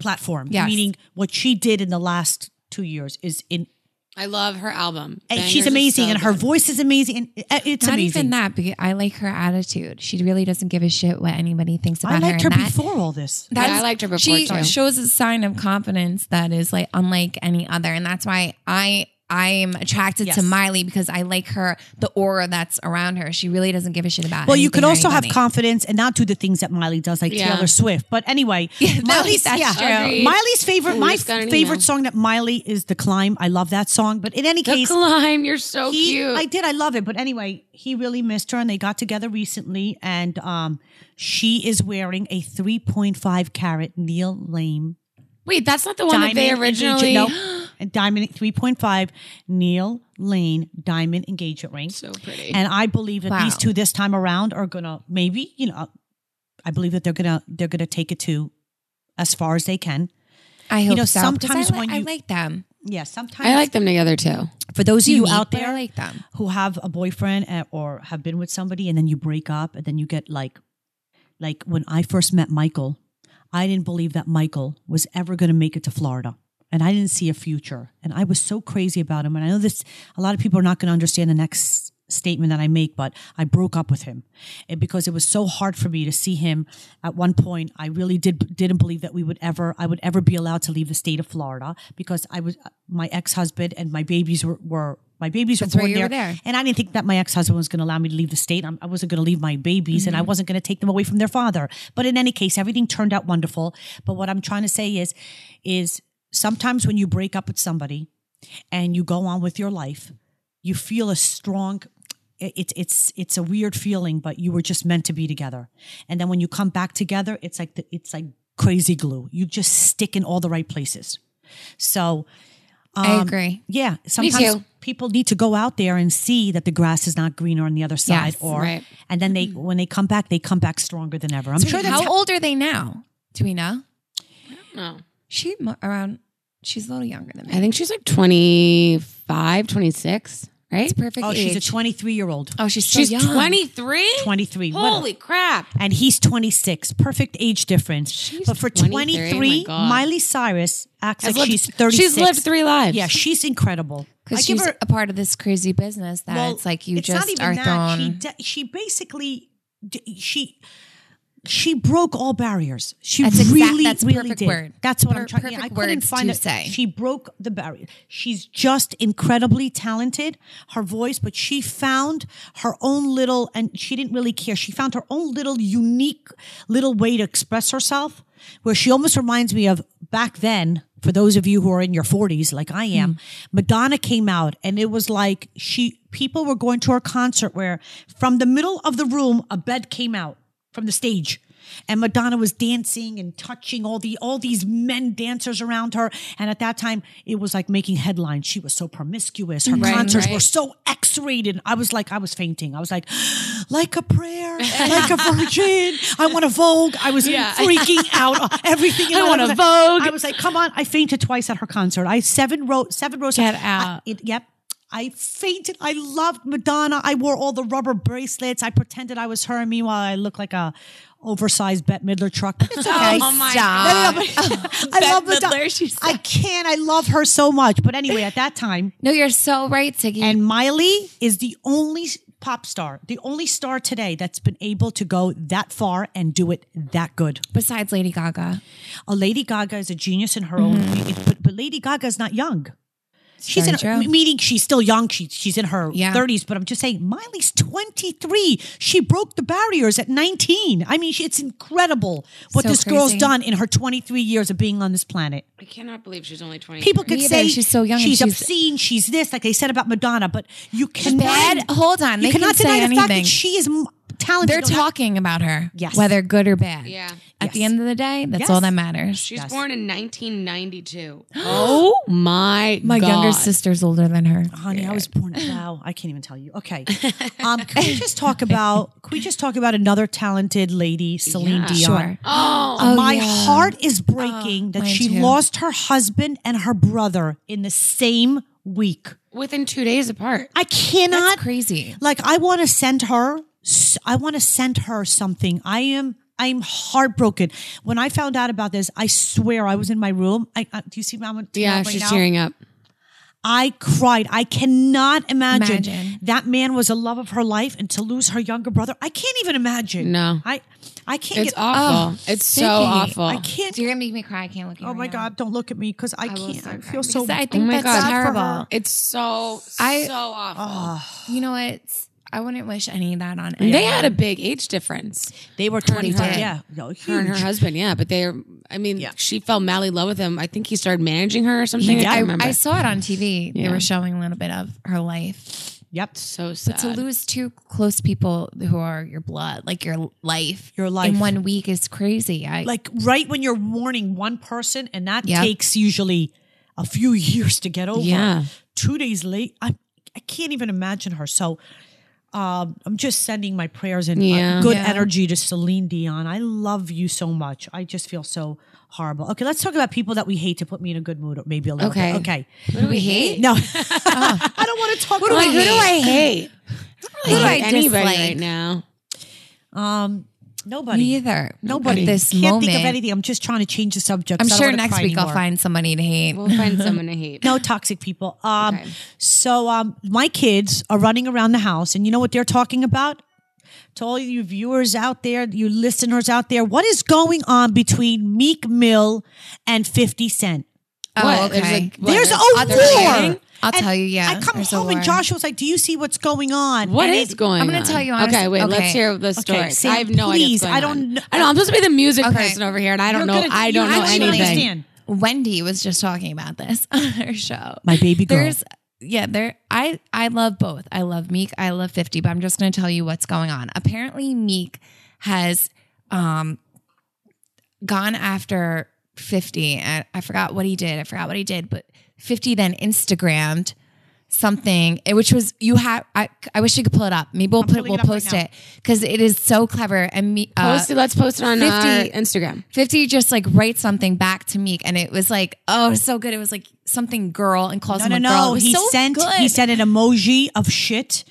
Speaker 2: platform.
Speaker 1: Yes.
Speaker 2: Meaning what she did in the last two years is in,
Speaker 3: I love her album.
Speaker 2: and
Speaker 3: Bangers
Speaker 2: she's
Speaker 3: is
Speaker 2: amazing
Speaker 3: so
Speaker 2: and her
Speaker 3: good.
Speaker 2: voice is amazing. And it- it's
Speaker 1: not
Speaker 2: amazing.
Speaker 1: even that. Because I like her attitude. She really doesn't give a shit what anybody thinks about
Speaker 2: I liked her
Speaker 1: and that-
Speaker 2: before all this.
Speaker 3: Yeah, I
Speaker 1: That's-
Speaker 3: liked her before,
Speaker 1: She
Speaker 3: too.
Speaker 1: shows a sign of confidence that is like unlike any other, and that's why I I am attracted
Speaker 2: Yes.
Speaker 1: to Miley because I like her the aura that's around her. She really doesn't give a shit about.
Speaker 2: Well, you
Speaker 1: anything
Speaker 2: could
Speaker 1: or
Speaker 2: also have
Speaker 1: anybody.
Speaker 2: confidence and not do the things that Miley does, like
Speaker 3: Yeah.
Speaker 2: Taylor Swift. But anyway,
Speaker 1: that-
Speaker 2: Miley's
Speaker 1: that's
Speaker 2: yeah.
Speaker 3: true.
Speaker 2: Miley's favorite,
Speaker 3: Ooh,
Speaker 2: my
Speaker 3: just got an
Speaker 2: favorite
Speaker 3: email.
Speaker 2: song that Miley is "The Climb." I love that song. But in any
Speaker 3: The
Speaker 2: case,
Speaker 3: climb. You're so
Speaker 2: he,
Speaker 3: cute.
Speaker 2: I did, I love it. But anyway, he really missed her, and they got together recently. And um, she is wearing a 3.5 carat Neil Lame
Speaker 3: Wait, that's not Oh, the one that they
Speaker 2: engage-
Speaker 3: originally.
Speaker 2: no, a diamond 3.5 Neil Lane diamond engagement ring.
Speaker 3: So pretty.
Speaker 2: And I believe that these
Speaker 1: Wow.
Speaker 2: two this time around are gonna maybe you know, I believe that they're gonna they're gonna take it to as far as they can.
Speaker 1: I hope
Speaker 2: you know,
Speaker 1: so, 'cause
Speaker 2: sometimes
Speaker 1: I li-
Speaker 2: when
Speaker 1: I
Speaker 2: you-
Speaker 1: like them,
Speaker 2: Yeah, sometimes
Speaker 3: I like them together too.
Speaker 2: for those of you
Speaker 1: Unique,
Speaker 2: out
Speaker 1: but I
Speaker 2: there
Speaker 1: like them.
Speaker 2: who have a boyfriend uh, or have been with somebody and then you break up and then you get like like when I first met Michael, I didn't believe that Michael was ever going to make it to Florida. And I didn't see a future. And I was so crazy about him. And I know this, a lot of people are not going to understand the next statement that I make, but I broke up with him and because it was so hard for me to see him. At one point, I really did, didn't believe that we would ever, I would ever be allowed to leave the state of Florida because I was, my ex-husband and my babies were, were my babies were
Speaker 1: That's why
Speaker 2: born
Speaker 1: you
Speaker 2: there,
Speaker 1: were there.
Speaker 2: and I didn't think that my ex husband was going to allow me to leave the state. I'm, I wasn't going to leave my babies and I wasn't going to take them away from their father. But in any case, everything turned out wonderful. But what I'm trying to say is, is sometimes when you break up with somebody and you go on with your life, you feel a strong, it- it's, it's, it's a weird feeling, but you were just meant to be together. And then when you come back together, it's like, the, it's like crazy glue. You just stick in all the right places. So,
Speaker 1: I agree.
Speaker 2: yeah, sometimes
Speaker 3: too.
Speaker 2: people need to go out there and see that the grass is not greener on the other side,
Speaker 1: Yes,
Speaker 2: or
Speaker 3: right.
Speaker 2: and then they when they come back, they come back stronger than ever. I'm sure that's
Speaker 1: how old are they now? Do we know?
Speaker 2: Oh.
Speaker 3: No.
Speaker 1: She mu- around. She's a little younger than me.
Speaker 3: I think she's like 25, 26, right?
Speaker 1: It's perfect
Speaker 2: oh,
Speaker 1: age.
Speaker 2: she's a 23 year old,
Speaker 1: oh, she's so
Speaker 3: She's
Speaker 1: young.
Speaker 3: 23?
Speaker 2: 23. what a-
Speaker 3: Holy crap.
Speaker 2: and he's 26. Perfect age difference. but for
Speaker 3: 23,
Speaker 2: 23,
Speaker 3: my God.
Speaker 2: Miley Cyrus acts
Speaker 3: Has
Speaker 2: like
Speaker 3: lived-
Speaker 2: she's 36.
Speaker 3: She's lived three lives.
Speaker 2: Yeah, she's incredible. I
Speaker 1: because
Speaker 2: give
Speaker 1: she's
Speaker 2: her
Speaker 1: a part of this crazy business that
Speaker 2: Well,
Speaker 1: it's like you
Speaker 2: it's
Speaker 1: just
Speaker 2: not even
Speaker 1: are
Speaker 2: that.
Speaker 1: thrown.
Speaker 2: She, de- she basically d- she she broke all barriers. She
Speaker 1: That's exact-
Speaker 2: really,
Speaker 1: that's
Speaker 2: really
Speaker 1: perfect
Speaker 2: did.
Speaker 1: word.
Speaker 2: That's what
Speaker 1: Per-
Speaker 2: I'm trying. Yeah, I
Speaker 1: perfect
Speaker 2: couldn't
Speaker 1: words
Speaker 2: find
Speaker 1: to
Speaker 2: it.
Speaker 1: say.
Speaker 2: She broke the barrier. She's just incredibly talented. Her voice, but she found her own little, and she didn't really care. She found her own little unique little way to express herself, where she almost reminds me of back then. For those of you who are in your 40s, like I
Speaker 1: Hmm.
Speaker 2: am, Madonna came out and it was like she, people were going to her concert where from the middle of the room, a bed came out from the stage and Madonna was dancing and touching all the all these men dancers around her and at that time it was like making headlines she was so promiscuous her
Speaker 3: Right,
Speaker 2: concerts
Speaker 3: right.
Speaker 2: were so x-rated I was like I was fainting I was like like a prayer like a virgin I want a Vogue I was
Speaker 3: Yeah.
Speaker 2: freaking out on everything you
Speaker 3: I
Speaker 2: know,
Speaker 3: want
Speaker 2: I was
Speaker 3: a
Speaker 2: like-
Speaker 3: Vogue.
Speaker 2: I was like come on I fainted twice at her concert I seven row seven rows
Speaker 1: Get
Speaker 2: I-
Speaker 1: out.
Speaker 2: it, yep I fainted. I loved Madonna. I wore all the rubber bracelets. I pretended I was her. and Meanwhile, I looked like a oversized Bette Midler truck. But it's okay.
Speaker 3: Oh my
Speaker 1: Stop.
Speaker 2: I
Speaker 1: Bette
Speaker 2: love Madonna.
Speaker 1: Midler, she's-
Speaker 2: I can't. I love her so much. But anyway, at that time,
Speaker 1: No, you're so right, Siggy.
Speaker 2: and Miley is the only pop star, the only star today that's been able to go that far and do it that good.
Speaker 1: Besides Lady Gaga,
Speaker 2: A Lady Gaga is a genius in her own way, but, but Lady Gaga is not young. She's
Speaker 1: Mm-hmm. very
Speaker 2: in her,
Speaker 1: true.
Speaker 2: meaning she's still young. She, she's in her
Speaker 1: Yeah.
Speaker 2: 30s, but I'm just saying Miley's 23. She broke the barriers at 19. I mean, she, it's incredible what
Speaker 1: So
Speaker 2: this girl's
Speaker 1: crazy.
Speaker 2: done in her 23 years of being on this planet.
Speaker 3: I cannot believe she's only 20.
Speaker 2: People could
Speaker 1: either.
Speaker 2: say
Speaker 1: She's so young and
Speaker 2: she's,
Speaker 1: she's-
Speaker 2: obscene, she's this, like they said about Madonna, but you cannot,
Speaker 1: bad. Hold on,
Speaker 2: you
Speaker 1: they
Speaker 2: cannot
Speaker 1: can
Speaker 2: deny
Speaker 1: say
Speaker 2: the fact
Speaker 1: anything.
Speaker 2: that she is m- talented.
Speaker 1: They're
Speaker 2: No, that-
Speaker 1: talking about her,
Speaker 2: Yes.
Speaker 1: whether good or bad.
Speaker 3: Yeah.
Speaker 1: At the
Speaker 2: Yes.
Speaker 1: end of the day, that's
Speaker 2: Yes.
Speaker 1: all that matters.
Speaker 3: She's
Speaker 2: Yes.
Speaker 3: born in 1992. oh my
Speaker 1: My
Speaker 3: God.
Speaker 1: younger sister's older than her.
Speaker 2: Honey, I was born. Wow, I can't even tell you. Okay, um, can we just talk about? Can we just talk about another talented lady, Celine
Speaker 3: Yeah.
Speaker 2: Dion? Uh,
Speaker 1: Sure.
Speaker 3: Oh,
Speaker 1: Oh,
Speaker 2: my
Speaker 1: yeah. Oh,
Speaker 2: heart is breaking that
Speaker 1: mine
Speaker 2: she
Speaker 1: too.
Speaker 2: lost her husband and her brother in the same week.
Speaker 3: within two days apart.
Speaker 2: I cannot.
Speaker 1: That's crazy.
Speaker 2: Like, I want to send her. s- I want to send her something. I am. I'm heartbroken. When I found out about this, I swear I was in my room. I, I, do you see Mama? Tina
Speaker 3: Yeah,
Speaker 2: right
Speaker 3: she's
Speaker 2: now?
Speaker 3: tearing up.
Speaker 2: I cried. I cannot imagine.
Speaker 1: Imagine.
Speaker 2: that man was the love of her life, and to lose her younger brother, I can't even imagine.
Speaker 3: No.
Speaker 2: I, I can't
Speaker 3: It's
Speaker 2: get.
Speaker 3: awful. it's so
Speaker 1: sticky.
Speaker 3: awful.
Speaker 2: I can't.
Speaker 1: You're gonna make me cry. I can't look at you.
Speaker 2: Oh my
Speaker 1: right now.
Speaker 2: God! Don't look at me because I
Speaker 1: will
Speaker 2: can't. I
Speaker 1: start crying
Speaker 2: feel so.
Speaker 1: because I think
Speaker 3: oh my
Speaker 1: that's
Speaker 3: God. Sad
Speaker 2: for
Speaker 1: terrible.
Speaker 2: her.
Speaker 3: It's so
Speaker 1: I-
Speaker 3: so awful.
Speaker 1: You know what? I wouldn't wish any of that on anyone.
Speaker 3: they had a big age difference.
Speaker 2: They were twenty five.
Speaker 1: did.
Speaker 2: Yeah, no,
Speaker 3: Her and her
Speaker 2: huge.
Speaker 3: husband, yeah, but they are. I mean,
Speaker 2: Yeah.
Speaker 3: she fell madly in love with him. I think he started managing her or something. I
Speaker 2: Yeah.
Speaker 3: can't
Speaker 2: I-
Speaker 3: remember.
Speaker 1: I saw it on TV. They
Speaker 3: Yeah.
Speaker 1: were showing a little bit of her life.
Speaker 2: Yep.
Speaker 3: so sad.
Speaker 1: To lose two close people who are your blood, like your life,
Speaker 2: Your life.
Speaker 1: in one week is crazy. I
Speaker 2: Like right when you're warning one person, and that
Speaker 1: Yep.
Speaker 2: takes usually a few years to get over.
Speaker 3: Yeah.
Speaker 2: Two days late, I I can't even imagine her. So. Um, I'm just sending my prayers and uh,
Speaker 3: Yeah.
Speaker 2: good
Speaker 1: Yeah.
Speaker 2: energy to Celine Dion. I love you so much. I just feel so horrible. Okay, let's talk about people that we hate to put me in a good mood, or maybe a little
Speaker 3: Okay.
Speaker 2: bit. Okay,
Speaker 3: Who do we hate?
Speaker 2: no, I don't want to talk.
Speaker 3: Like,
Speaker 2: about
Speaker 3: who do I hate?
Speaker 1: who do I
Speaker 3: anybody
Speaker 1: dislike?
Speaker 3: right now?
Speaker 2: Um, nobody.
Speaker 1: Me either.
Speaker 2: Nobody.
Speaker 1: At this
Speaker 2: Can't
Speaker 1: moment,
Speaker 2: think of anything. I'm just trying to change the subject.
Speaker 1: I'm
Speaker 2: 'cause I don't
Speaker 1: sure
Speaker 2: wanna
Speaker 1: next
Speaker 2: cry
Speaker 1: week I'll
Speaker 2: anymore.
Speaker 1: find somebody to hate.
Speaker 3: We'll find someone to hate.
Speaker 2: no toxic people. Um,
Speaker 3: Okay.
Speaker 2: so um, my kids are running around the house, and you know what they're talking about? To all you viewers out there, you listeners out there, what is going on between Meek Mill and Fifty Cent?
Speaker 1: oh,
Speaker 3: What? There's,
Speaker 1: okay.
Speaker 3: like, what,
Speaker 2: there's a
Speaker 3: other
Speaker 2: war.
Speaker 3: fighting?
Speaker 1: I'll
Speaker 2: And
Speaker 1: tell you, yeah,
Speaker 2: I come
Speaker 1: there's a
Speaker 2: home
Speaker 1: war.
Speaker 2: and Joshua's like, "Do you see what's going on?
Speaker 3: What
Speaker 2: And
Speaker 3: is
Speaker 2: it-
Speaker 3: going on?
Speaker 1: I'm gonna tell you honest-
Speaker 3: Okay, wait,
Speaker 1: okay.
Speaker 3: let's hear the story.
Speaker 2: Sam,
Speaker 3: I have no idea.
Speaker 2: please,
Speaker 3: What's going
Speaker 2: I don't
Speaker 3: on.
Speaker 2: kn-
Speaker 3: I know. I'm supposed to be the music
Speaker 1: Okay.
Speaker 3: person over here, and I don't
Speaker 2: You're
Speaker 3: know.
Speaker 2: gonna-
Speaker 3: I don't
Speaker 2: you're
Speaker 3: know
Speaker 2: actually
Speaker 3: anything.
Speaker 2: gonna understand.
Speaker 1: Wendy was just talking about this on her show.
Speaker 2: My baby girl.
Speaker 1: There's yeah, there I I love both. I love Meek, I love 50, but I'm just going to tell you what's going on. Apparently Meek has um gone after 50 and I forgot what he did. I forgot what he did, but 50 then Instagrammed something eh, which was you have I, I wish you could pull it up. Maybe we'll put
Speaker 2: pulling it
Speaker 1: we'll
Speaker 2: up right
Speaker 1: post
Speaker 2: now.
Speaker 1: it cuz it is so clever and me uh,
Speaker 3: Post it. Let's post it on
Speaker 1: 50
Speaker 3: our Instagram.
Speaker 1: 50 just like writes something back to Meek and it was like, oh, it was so good. It was like something girl and calls
Speaker 2: No,
Speaker 1: him
Speaker 2: no,
Speaker 1: a girl. It
Speaker 2: no.
Speaker 1: was
Speaker 2: He
Speaker 1: so
Speaker 2: sent
Speaker 1: good.
Speaker 2: he sent an emoji of shit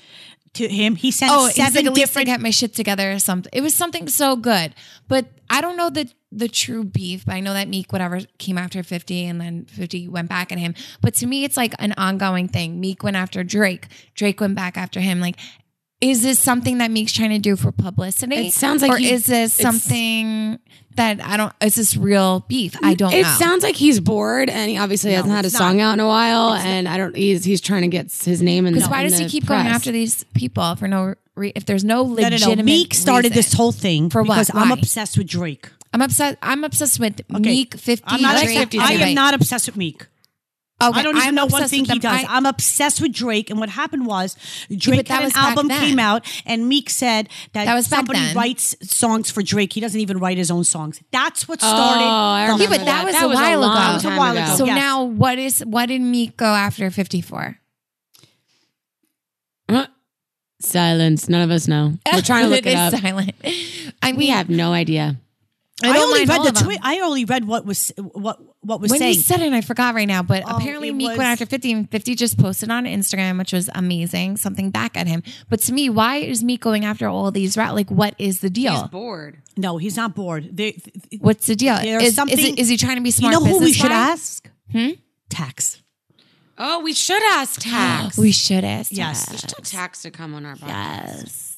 Speaker 2: to him. He sent
Speaker 1: oh,
Speaker 2: seven
Speaker 1: he's like, at least I
Speaker 2: different.
Speaker 1: get my shit together or something. It was something so good. But I don't know the the true beef, but I know that Meek whatever came after 50 and then 50 went back at him. But to me it's like an ongoing thing. Meek went after Drake. Drake went back after him. Like is this something that Meek's trying to do for publicity?
Speaker 3: It sounds like
Speaker 1: or
Speaker 3: he-
Speaker 1: is this
Speaker 3: it's-
Speaker 1: something that I don't? Is this real beef? I don't
Speaker 3: It
Speaker 1: know.
Speaker 3: sounds like he's bored, and he obviously hasn't had a
Speaker 2: it's
Speaker 3: song out in a while, and I don't. He's he's trying to get his name in.
Speaker 1: Because
Speaker 3: Because
Speaker 1: why does he keep going after these people for no? Re- if there's no
Speaker 2: No, no,
Speaker 1: legitimate,
Speaker 2: no. Meek started
Speaker 1: reason.
Speaker 2: this whole thing
Speaker 1: For what?
Speaker 2: because I'm
Speaker 1: Why?
Speaker 2: obsessed with Drake.
Speaker 1: I'm obsessed. I'm obsessed with Meek fifty.
Speaker 2: I'm not
Speaker 1: Drake,
Speaker 2: obsessed-
Speaker 3: 50
Speaker 2: I
Speaker 1: anyway.
Speaker 2: am not obsessed with Meek.
Speaker 1: Okay,
Speaker 2: I don't even
Speaker 1: I'm
Speaker 2: know one
Speaker 1: obsessed
Speaker 2: thing
Speaker 1: with
Speaker 2: he
Speaker 1: them.
Speaker 2: does.
Speaker 1: I-
Speaker 2: I, am obsessed with Drake, and what happened was Drake
Speaker 1: that
Speaker 2: had
Speaker 1: was
Speaker 2: an
Speaker 1: back
Speaker 2: album
Speaker 1: then.
Speaker 2: came out, and Meek said that,
Speaker 1: That was back
Speaker 2: somebody
Speaker 1: then.
Speaker 2: writes songs for Drake. He doesn't even write his own songs. That's what started.
Speaker 3: Oh, I
Speaker 2: the
Speaker 3: remember
Speaker 1: Yeah,
Speaker 2: whole-
Speaker 1: but Oh, that was a while
Speaker 3: long
Speaker 1: ago. That was
Speaker 2: a
Speaker 3: time
Speaker 2: while ago.
Speaker 1: so
Speaker 2: Yes.
Speaker 1: now, what is what did Meek go after fifty four?
Speaker 3: Uh-huh. Silence. None of us know. We're trying to look it, up.
Speaker 1: silent. I mean,
Speaker 3: We have no idea.
Speaker 1: I
Speaker 2: I
Speaker 1: don't
Speaker 2: only
Speaker 1: mind all
Speaker 2: read
Speaker 1: of
Speaker 2: the
Speaker 1: 'em.
Speaker 2: tweet. I only read what was what what was
Speaker 1: When
Speaker 2: saying.
Speaker 1: you said it, I forgot right now, but
Speaker 2: Oh,
Speaker 1: apparently
Speaker 2: it
Speaker 1: Meek
Speaker 2: was-
Speaker 1: went after 50 and 50 just posted on Instagram, which was amazing, something back at him. But to me, why is Meek going after all these rat? Like, what is the deal?
Speaker 3: bored.
Speaker 2: no, he's not bored. They,
Speaker 1: What's the deal?
Speaker 2: There's
Speaker 1: Is, is,
Speaker 2: something-
Speaker 1: it- is he trying to be
Speaker 2: you
Speaker 1: smart? Hmm?
Speaker 2: know who we
Speaker 1: business
Speaker 2: should
Speaker 1: guy?
Speaker 2: ask? Tax.
Speaker 3: Oh, we should ask Tax.
Speaker 1: We should ask.
Speaker 2: Yes.
Speaker 1: Tax.
Speaker 3: should Tax to come on our podcast.
Speaker 1: Yes.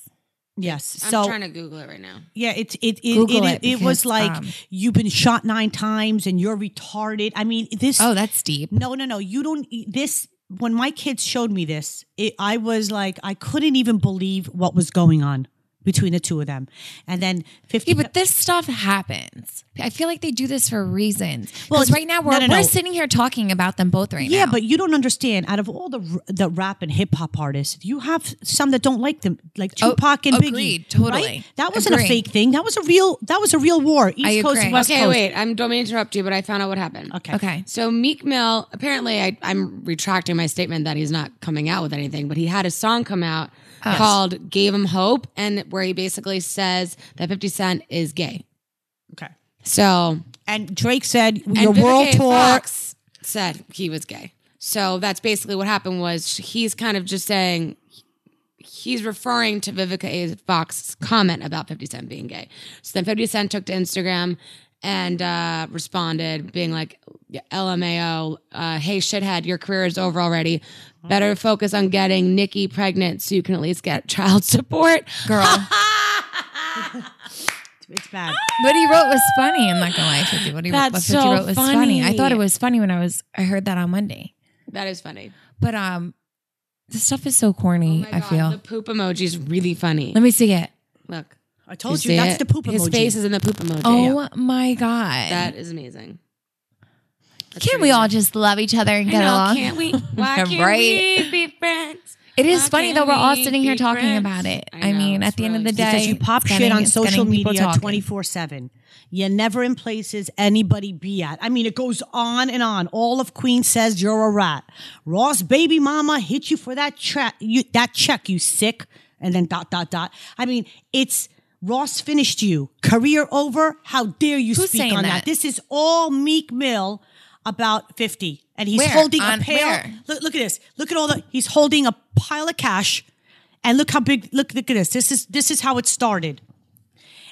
Speaker 2: Yes.
Speaker 3: I'm
Speaker 2: So
Speaker 3: trying to Google it right now.
Speaker 2: Yeah, it's it it
Speaker 1: Google
Speaker 2: it,
Speaker 1: it
Speaker 2: it, was
Speaker 1: because,
Speaker 2: like
Speaker 1: um,
Speaker 2: you've been shot nine times and you're retarded. I mean, this
Speaker 1: Oh, that's deep.
Speaker 2: no no no you don't e, this when my kids showed me this, it, I was like I couldn't even believe what was going on between the two of them, and then fifty.
Speaker 1: Yeah, but this stuff happens. I feel like they do this for reasons.
Speaker 2: Well,
Speaker 1: Because
Speaker 2: it's-
Speaker 1: right now we're,
Speaker 2: no, no,
Speaker 1: we're
Speaker 2: no.
Speaker 1: sitting here talking about them both right
Speaker 2: yeah,
Speaker 1: now.
Speaker 2: but you don't understand. Out of all the r- the rap and hip hop artists, you have some that don't like them, like Tupac and
Speaker 1: agreed,
Speaker 2: Biggie.
Speaker 1: totally.
Speaker 2: right? That wasn't a
Speaker 1: Agree.
Speaker 2: fake thing. That was a real. That was a real war. East
Speaker 1: I
Speaker 2: Coast,
Speaker 1: agree.
Speaker 2: West
Speaker 3: Okay,
Speaker 2: Coast.
Speaker 3: wait. I'm don't mean to interrupt you, but I found out what happened.
Speaker 2: Okay.
Speaker 1: okay.
Speaker 3: So Meek Mill, apparently, I, I'm retracting my statement that he's not coming out with anything, but he had a song come out called "Gave Him Hope," and where he basically says that 50 Cent is gay.
Speaker 2: Okay.
Speaker 3: So
Speaker 2: And Drake said, "Your
Speaker 3: and Vivica
Speaker 2: world
Speaker 3: A.
Speaker 2: tour."
Speaker 3: Fox said he was gay. So that's basically what happened. Was he's kind of just saying he's referring to Vivica A. Fox's comment about 50 Cent being gay. So then 50 Cent took to Instagram and uh, responded, being like, LMAO, uh, hey, shithead, your career is over already. Better focus on getting Nikki pregnant so you can at least get child support.
Speaker 1: Girl.
Speaker 2: It's bad.
Speaker 1: what he wrote was funny. I'm not gonna lie to you. What he,
Speaker 3: That's
Speaker 1: what
Speaker 3: so
Speaker 1: 50 wrote was funny. I
Speaker 3: funny.
Speaker 1: thought it was funny when I was I heard that on Monday.
Speaker 3: That is funny.
Speaker 1: But um, this stuff is so corny.
Speaker 3: Oh my
Speaker 1: I
Speaker 3: God,
Speaker 1: feel.
Speaker 3: The poop emoji is really funny.
Speaker 1: Let me see it.
Speaker 3: Look.
Speaker 2: I told
Speaker 3: see
Speaker 2: you, that's
Speaker 3: it?
Speaker 2: the poop emoji.
Speaker 3: His face is in the poop emoji.
Speaker 1: Oh my god!
Speaker 3: That is amazing.
Speaker 1: can't we all just love each other and
Speaker 3: I
Speaker 1: get
Speaker 3: know,
Speaker 1: along?
Speaker 3: Can't we? Why can't
Speaker 1: Right.
Speaker 3: we be friends?
Speaker 1: It is
Speaker 3: Why
Speaker 1: funny
Speaker 3: can't
Speaker 1: though. We're all
Speaker 3: we
Speaker 1: sitting here
Speaker 3: be
Speaker 1: talking
Speaker 3: friends?
Speaker 1: about it.
Speaker 3: I
Speaker 1: I,
Speaker 3: know,
Speaker 1: mean,
Speaker 3: it's
Speaker 1: at the end of
Speaker 3: really
Speaker 1: the
Speaker 3: sad.
Speaker 1: day,
Speaker 2: because you pop
Speaker 1: it's
Speaker 2: shit
Speaker 1: getting-
Speaker 2: on
Speaker 1: it's
Speaker 2: social
Speaker 1: getting people
Speaker 2: media
Speaker 1: talking.
Speaker 2: 24 7 you never in places anybody be at i mean it goes on and on all of queen says you're a rat ross baby mama hit you for that check you that check you sick and then dot dot dot i mean it's ross finished you career over how dare you
Speaker 1: Who's
Speaker 2: speak
Speaker 1: saying
Speaker 2: on
Speaker 1: that?
Speaker 2: that? this is all meek mill about 50 and he's
Speaker 1: Where?
Speaker 2: holding
Speaker 1: On
Speaker 2: a pail
Speaker 1: where?
Speaker 2: look, look at this. Look at all the. He's holding a pile of cash, and look how big. Look, look at this. This is this is how it started,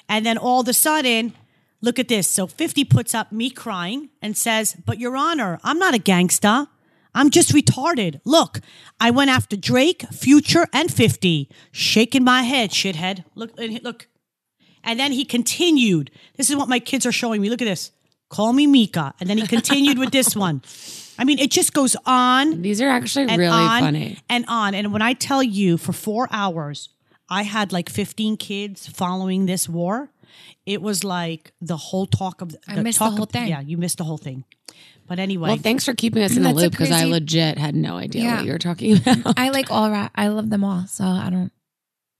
Speaker 2: and then all of a sudden, look at this. So fifty puts up me crying and says, "But Your Honor, I'm not a gangsta. I'm just retarded. Look, I went after Drake, Future, and fifty, shaking my head, shithead. Look, and he- look." And then he continued. This is what my kids are showing me. Look at this. Call me Mika. And then he continued with this one. I mean, it just goes on
Speaker 3: These are actually
Speaker 2: and
Speaker 3: really
Speaker 2: on
Speaker 3: funny.
Speaker 2: and on. And when I tell you for four hours, I had like 15 kids following this war. It was like the whole talk of the
Speaker 1: I missed the
Speaker 2: talk
Speaker 1: whole
Speaker 2: of-
Speaker 1: thing.
Speaker 2: Yeah, you missed the whole thing. But anyway,
Speaker 3: Well, thanks for keeping us in the
Speaker 1: That's a
Speaker 3: loop because I
Speaker 1: crazy-
Speaker 3: legit had no idea
Speaker 1: Yeah.
Speaker 3: what you were talking about.
Speaker 1: I like all rap. I love them all. So I don't.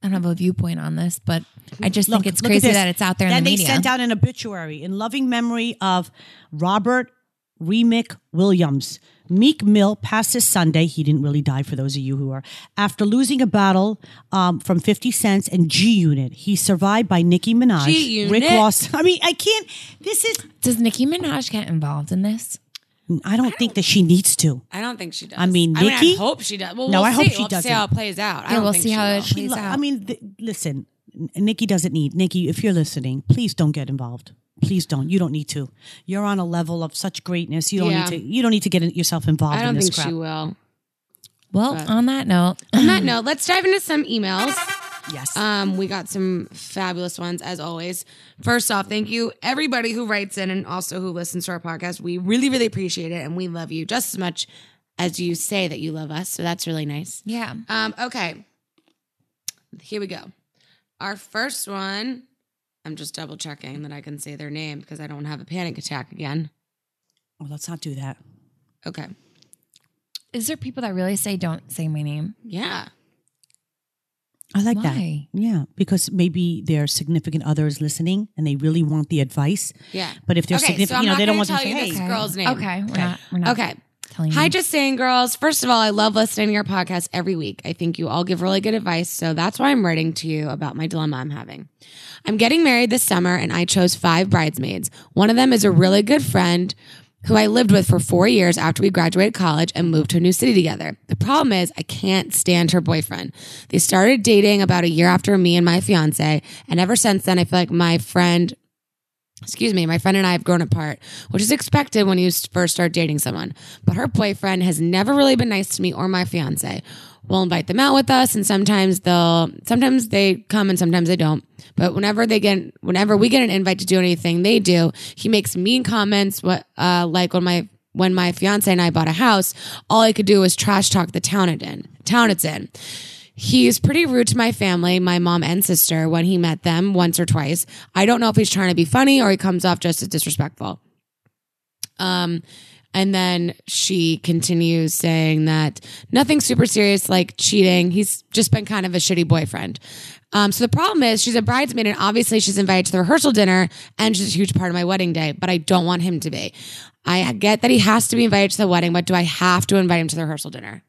Speaker 1: I don't have a viewpoint on this, but I just think it's
Speaker 2: look at
Speaker 1: crazy
Speaker 2: this.
Speaker 1: that it's out there
Speaker 2: Then
Speaker 1: in the
Speaker 2: they
Speaker 1: media.
Speaker 2: sent out an obituary in loving memory of Robert Remick Williams. Meek Mill passed this Sunday. He didn't really die, for those of you who are. After losing a battle um, from 50 Cents and G Unit, he survived by Nicki Minaj,
Speaker 3: G
Speaker 2: Rick
Speaker 3: Unit.
Speaker 2: Ross. I mean, I can't. This is.
Speaker 1: Does Nicki Minaj get involved in this?
Speaker 2: I don't think that she needs to.
Speaker 3: I don't think she does.
Speaker 2: I mean,
Speaker 3: I,
Speaker 2: Nikki?
Speaker 3: hope she does. Well,
Speaker 2: No,
Speaker 3: we'll
Speaker 2: I
Speaker 3: see.
Speaker 2: hope she
Speaker 3: we'll have to see
Speaker 2: doesn't.
Speaker 3: how it plays out. I
Speaker 1: Yeah,
Speaker 3: don't
Speaker 1: we'll
Speaker 3: think
Speaker 1: see
Speaker 3: she
Speaker 1: how
Speaker 3: will.
Speaker 1: it plays
Speaker 2: Lo- I
Speaker 1: out.
Speaker 2: mean, th- listen, N- Nikki doesn't need Nikki. If you're listening, please don't get involved. Please don't. You don't need to. You're on a level of such greatness. You don't
Speaker 3: Yeah.
Speaker 2: need to. You don't need to get in- yourself involved
Speaker 3: I don't
Speaker 2: in this
Speaker 3: think
Speaker 2: crap.
Speaker 3: she will.
Speaker 1: Well, on that note,
Speaker 3: On that note, let's dive into some emails.
Speaker 2: Yes.
Speaker 3: Um, we got some fabulous ones as always. First off, thank you everybody who writes in and also who listens to our podcast. We really, really appreciate it, and we love you just as much as you say that you love us. So that's really nice.
Speaker 1: Yeah.
Speaker 3: Um, okay. Here we go. Our first one. I'm just double checking that I can say their name because I don't have a panic attack again.
Speaker 2: well, Oh, let's not do that.
Speaker 3: Okay.
Speaker 1: Is there people that really say don't say my name?
Speaker 3: Yeah.
Speaker 2: I like
Speaker 1: Why?
Speaker 2: that. Yeah, because maybe their significant other is listening and they really want the advice.
Speaker 3: Yeah.
Speaker 2: But if they're
Speaker 3: Okay, so
Speaker 2: significant,
Speaker 3: I'm
Speaker 2: you know,
Speaker 3: not
Speaker 2: they
Speaker 3: gonna
Speaker 2: don't want to
Speaker 3: tell
Speaker 2: say,
Speaker 3: you
Speaker 2: hey,
Speaker 3: this girl's name.
Speaker 1: Okay. We're not. We're not.
Speaker 3: Okay.
Speaker 1: Telling
Speaker 3: Hi,
Speaker 1: you.
Speaker 3: just saying, girls. First of all, I love listening to your podcast every week. I think you all give really good advice. So that's why I'm writing to you about my dilemma I'm having. I'm getting married this summer and I chose five bridesmaids. One of them is a really good friend who I lived with for four years after we graduated college and moved to a new city together. The problem is I can't stand her boyfriend. They started dating about a year after me and my fiance. And ever since then, I feel like my friend, excuse me, my friend and I have grown apart, which is expected when you first start dating someone. But her boyfriend has never really been nice to me or my fiance. We'll invite them out with us, and sometimes they'll, sometimes they come and sometimes they don't. But whenever they get, whenever we get an invite to do anything, they do. He makes mean comments, what, uh, like when my when my fiance and I bought a house, all I could do was trash talk the town it in, town it's in. He's pretty rude to my family, my mom and sister, when he met them once or twice. I don't know if he's trying to be funny or he comes off just as disrespectful. Um, and then she continues saying that nothing super serious like cheating. He's just been kind of a shitty boyfriend. Um, so the problem is she's a bridesmaid and obviously she's invited to the rehearsal dinner and she's a huge part of my wedding day, but I don't want him to be. I get that he has to be invited to the wedding, but do I have to invite him to the rehearsal dinner?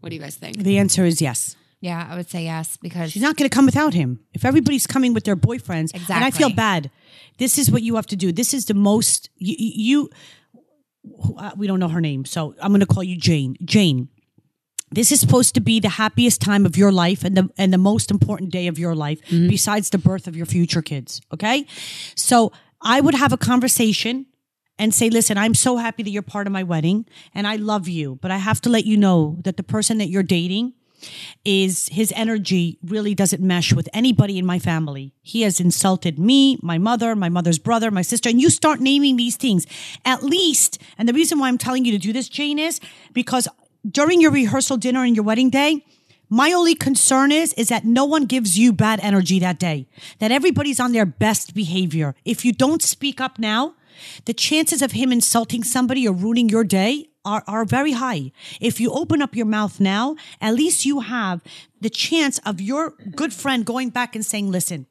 Speaker 3: What do you guys think?
Speaker 2: the answer is yes.
Speaker 1: Yeah, I would say yes because
Speaker 2: She's not going to come without him. If everybody's coming with their boyfriends, and I feel
Speaker 1: Exactly.
Speaker 2: bad. This is what you have to do. This is the most you. you who- uh, we don't know her name, so I'm going to call you Jane. Jane, this is supposed to be the happiest time of your life and the and the most important day of your life, besides the birth of your future kids. Okay, so I would have a conversation and say, listen, I'm so happy that you're part of my wedding and I love you, but I have to let you know that the person that you're dating is his energy really doesn't mesh with anybody in my family. He has insulted me, my mother, my mother's brother, my sister, and you start naming these things. At least, and the reason why I'm telling you to do this, Jane, is because during your rehearsal dinner and your wedding day, my only concern is is that no one gives you bad energy that day. That everybody's on their best behavior. If you don't speak up now, the chances of him insulting somebody or ruining your day are, are very high. If you open up your mouth now, at least you have the chance of your good friend going back and saying, listen,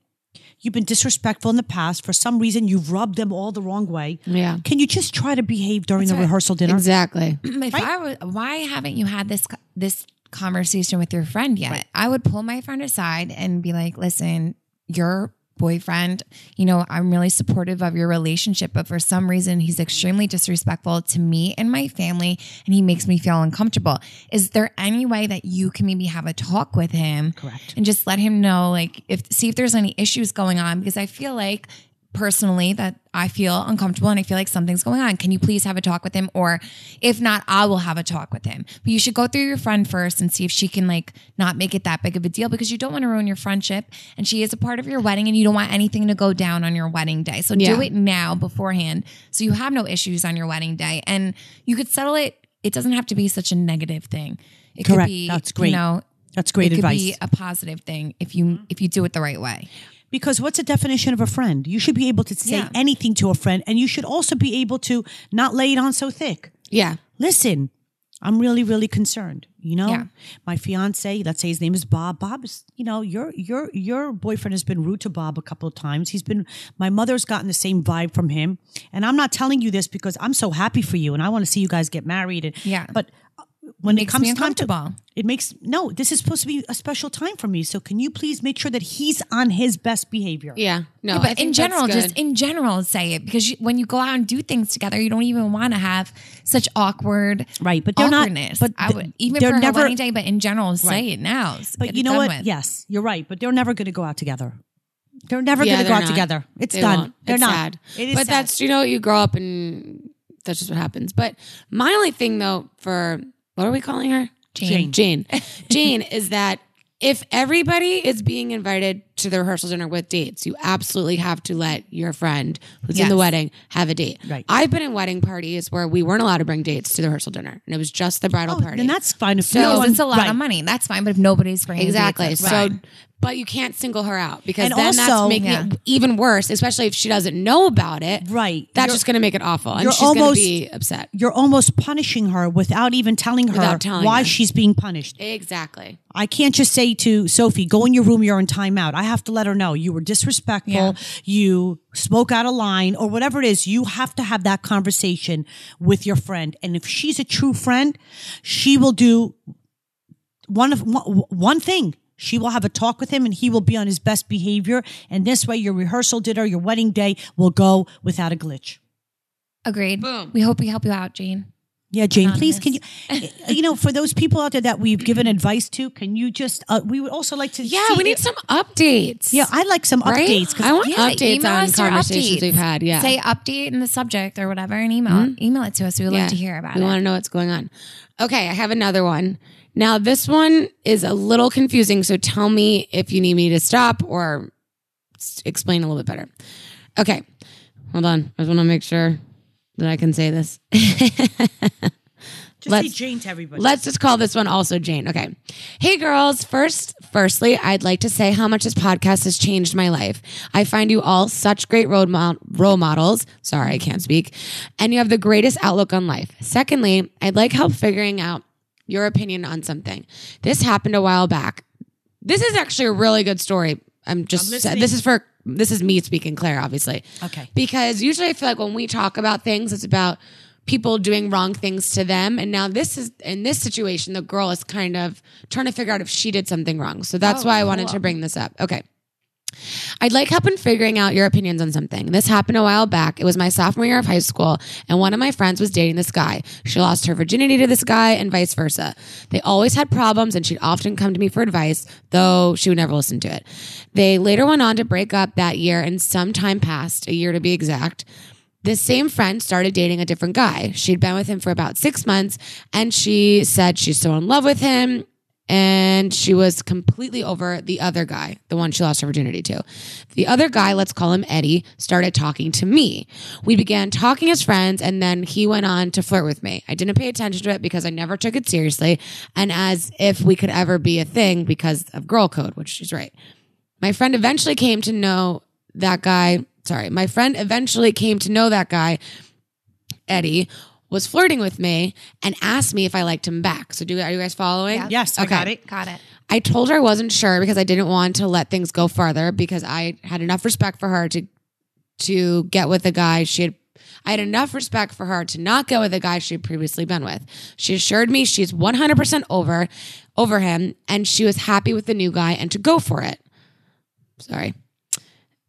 Speaker 2: you've been disrespectful in the past. For some reason, you've rubbed them all the wrong way.
Speaker 3: Yeah.
Speaker 2: Can you just try to behave during the rehearsal dinner?
Speaker 3: Exactly.
Speaker 1: if I was, why haven't you had this co- this conversation with your friend yet? I would pull my friend aside and be like, "Listen, your boyfriend, you know, I'm really supportive of your relationship, but for some reason, he's extremely disrespectful to me and my family, and he makes me feel uncomfortable. Is there any way that you can maybe have a talk with him,
Speaker 2: Correct.
Speaker 1: and just let him know, like, if see if there's any issues going on? Because I feel like personally that I feel uncomfortable and I feel like something's going on. Can you please have a talk with him? Or if not, I will have a talk with him. But you should go through your friend first and see if she can like not make it that big of a deal because you don't want to ruin your friendship and she is a part of your wedding and you don't want anything to go down on your wedding day. So
Speaker 3: Yeah.
Speaker 1: do it now beforehand so you have no issues on your wedding day and you could settle it. It doesn't have to be such a negative thing. It could
Speaker 2: Correct.
Speaker 1: be
Speaker 2: That's great.
Speaker 1: you know
Speaker 2: That's great
Speaker 1: it could
Speaker 2: advice.
Speaker 1: be a positive thing if you if you do it the right way.
Speaker 2: Because what's the definition of a friend? You should be able to say
Speaker 1: Yeah.
Speaker 2: anything to a friend, and you should also be able to not lay it on so thick.
Speaker 3: Yeah.
Speaker 2: Listen, I'm really, really concerned. You know,
Speaker 1: Yeah.
Speaker 2: my fiance, let's say his name is Bob. Bob is, you know, your your your boyfriend has been rude to Bob a couple of times. He's been my mother's gotten the same vibe from him. And I'm not telling you this because I'm so happy for you and I want to see you guys get married. And
Speaker 1: Yeah.
Speaker 2: But uh, when it,
Speaker 1: Makes
Speaker 2: comes
Speaker 1: me
Speaker 2: time to
Speaker 1: uncomfortable.
Speaker 2: it makes no, this is supposed to be a special time for me. So can you please make sure that he's on his best behavior?
Speaker 3: Yeah. No, I
Speaker 1: but
Speaker 3: think
Speaker 1: in
Speaker 3: that's
Speaker 1: general,
Speaker 3: good.
Speaker 1: just in general, say it because you, when you go out and do things together, you don't even want to have such awkward
Speaker 2: Right, but they're not-
Speaker 1: awkwardness.
Speaker 2: but
Speaker 1: I would even
Speaker 2: they're
Speaker 1: for
Speaker 2: never-
Speaker 1: her wedding day, but in general, say it now.
Speaker 2: But you know what? Yes, you're right. But they're never going to go out together. They're never
Speaker 3: Yeah,
Speaker 2: going to go
Speaker 3: they're
Speaker 2: out
Speaker 3: not.
Speaker 2: together. It's
Speaker 3: They
Speaker 2: done.
Speaker 3: won't.
Speaker 2: They're
Speaker 3: It's
Speaker 2: not.
Speaker 3: sad.
Speaker 2: It is
Speaker 3: but
Speaker 2: sad.
Speaker 3: that's you know you grow up and that's just what happens. But my only thing though for what are we calling her?
Speaker 1: Jane.
Speaker 3: Jane. Jane is that if everybody is being invited to the rehearsal dinner with dates, you absolutely have to let your friend who's in the
Speaker 1: Yes.
Speaker 3: wedding have a date.
Speaker 2: Right.
Speaker 3: I've been in wedding parties where we weren't allowed to bring dates to the rehearsal dinner, and it was just the bridal party.
Speaker 2: And Oh, that's fine. If
Speaker 3: So-
Speaker 2: no
Speaker 1: No,
Speaker 2: one-
Speaker 1: Oh, it's a lot
Speaker 2: right.
Speaker 1: of money. That's fine. But if nobody's bringing dates,
Speaker 3: Exactly.
Speaker 1: that's
Speaker 3: So,
Speaker 1: fine.
Speaker 3: but you can't single her out because
Speaker 2: And
Speaker 3: then
Speaker 2: also-
Speaker 3: that's making
Speaker 1: Yeah.
Speaker 3: it even worse, especially if she doesn't know about it.
Speaker 2: Right.
Speaker 3: That's
Speaker 2: You're-
Speaker 3: just going to make it awful, and
Speaker 2: you're
Speaker 3: she's going to
Speaker 2: almost-
Speaker 3: be upset.
Speaker 2: You're almost punishing her without even telling her
Speaker 3: Without telling
Speaker 2: why
Speaker 3: her.
Speaker 2: she's being punished.
Speaker 3: Exactly.
Speaker 2: I can't just say to Sophie, go in your room, you're in timeout. I have to let her know you were disrespectful,
Speaker 1: Yeah.
Speaker 2: you spoke out of line, or whatever it is. You have to have that conversation with your friend. And if she's a true friend, she will do one of one, one thing. She will have a talk with him and he will be on his best behavior. And this way, your rehearsal dinner, your wedding day will go without a glitch.
Speaker 1: agreed.
Speaker 3: Boom.
Speaker 1: We hope we help you out, Jane.
Speaker 2: Yeah, Jane, please can you,
Speaker 1: Anonymous.
Speaker 2: you know, for those people out there that we've given advice to, can you just, uh, we would also like to
Speaker 3: Yeah,
Speaker 2: see
Speaker 3: we need
Speaker 2: if-
Speaker 3: some updates.
Speaker 2: yeah, I'd like some
Speaker 3: right?
Speaker 2: updates. 'cause
Speaker 3: I want
Speaker 1: Yeah,
Speaker 3: updates
Speaker 1: email
Speaker 3: on
Speaker 1: us your
Speaker 3: conversations
Speaker 1: updates.
Speaker 3: we've had. Yeah. Mm-hmm.
Speaker 1: Say update in the subject or whatever and email email it to us. We would
Speaker 3: Yeah.
Speaker 1: love to hear about
Speaker 3: we
Speaker 1: it.
Speaker 3: want to know what's going on. Okay, I have another one. Now, this one is a little confusing, so tell me if you need me to stop or s- explain a little bit better. Okay, hold on. I just want to make sure that I can say this.
Speaker 2: Just
Speaker 3: Let's-
Speaker 2: say Jane to everybody.
Speaker 3: Let's just call this one also Jane. Okay. Hey girls, first firstly, I'd like to say how much this podcast has changed my life. I find you all such great role, mo- role models. Sorry, I can't speak. And you have the greatest outlook on life. Secondly, I'd like help figuring out your opinion on something. This happened a while back. This is actually a really good story. I'm just
Speaker 2: listening.
Speaker 3: this is for this is me speaking Claire obviously.
Speaker 2: Okay.
Speaker 3: Because usually I feel like when we talk about things, it's about people doing wrong things to them. And now this is in this situation, the girl is kind of trying to figure out if she did something wrong. So that's
Speaker 1: Oh,
Speaker 3: why I wanted to
Speaker 1: cool.
Speaker 3: bring this up. Okay. I'd like help in figuring out your opinions on something. This happened a while back. It was my sophomore year of high school, and one of my friends was dating this guy. She lost her virginity to this guy, and vice versa. They always had problems, and she'd often come to me for advice, though she would never listen to it. They later went on to break up that year, and some time passed, a year to be exact. This same friend started dating a different guy. She'd been with him for about six months, and she said she's still in love with him and she was completely over the other guy, the one she lost her virginity to. The other guy, let's call him Eddie, started talking to me. We began talking as friends, and then he went on to flirt with me. I didn't pay attention to it because I never took it seriously, and as if we could ever be a thing because of girl code, which she's right. My friend eventually came to know that guy. Sorry, my friend eventually came to know that guy Eddie was flirting with me and asked me if I liked him back. So do are you guys following?
Speaker 1: Yeah.
Speaker 2: yes, I
Speaker 3: Okay.
Speaker 2: got it.
Speaker 1: Got it.
Speaker 3: I told her I wasn't sure because I didn't want to let things go further because I had enough respect for her to to get with a guy she had I had enough respect for her to not go with a guy she had previously been with. She assured me she's 100% over over him and she was happy with the new guy and to go for it. Sorry.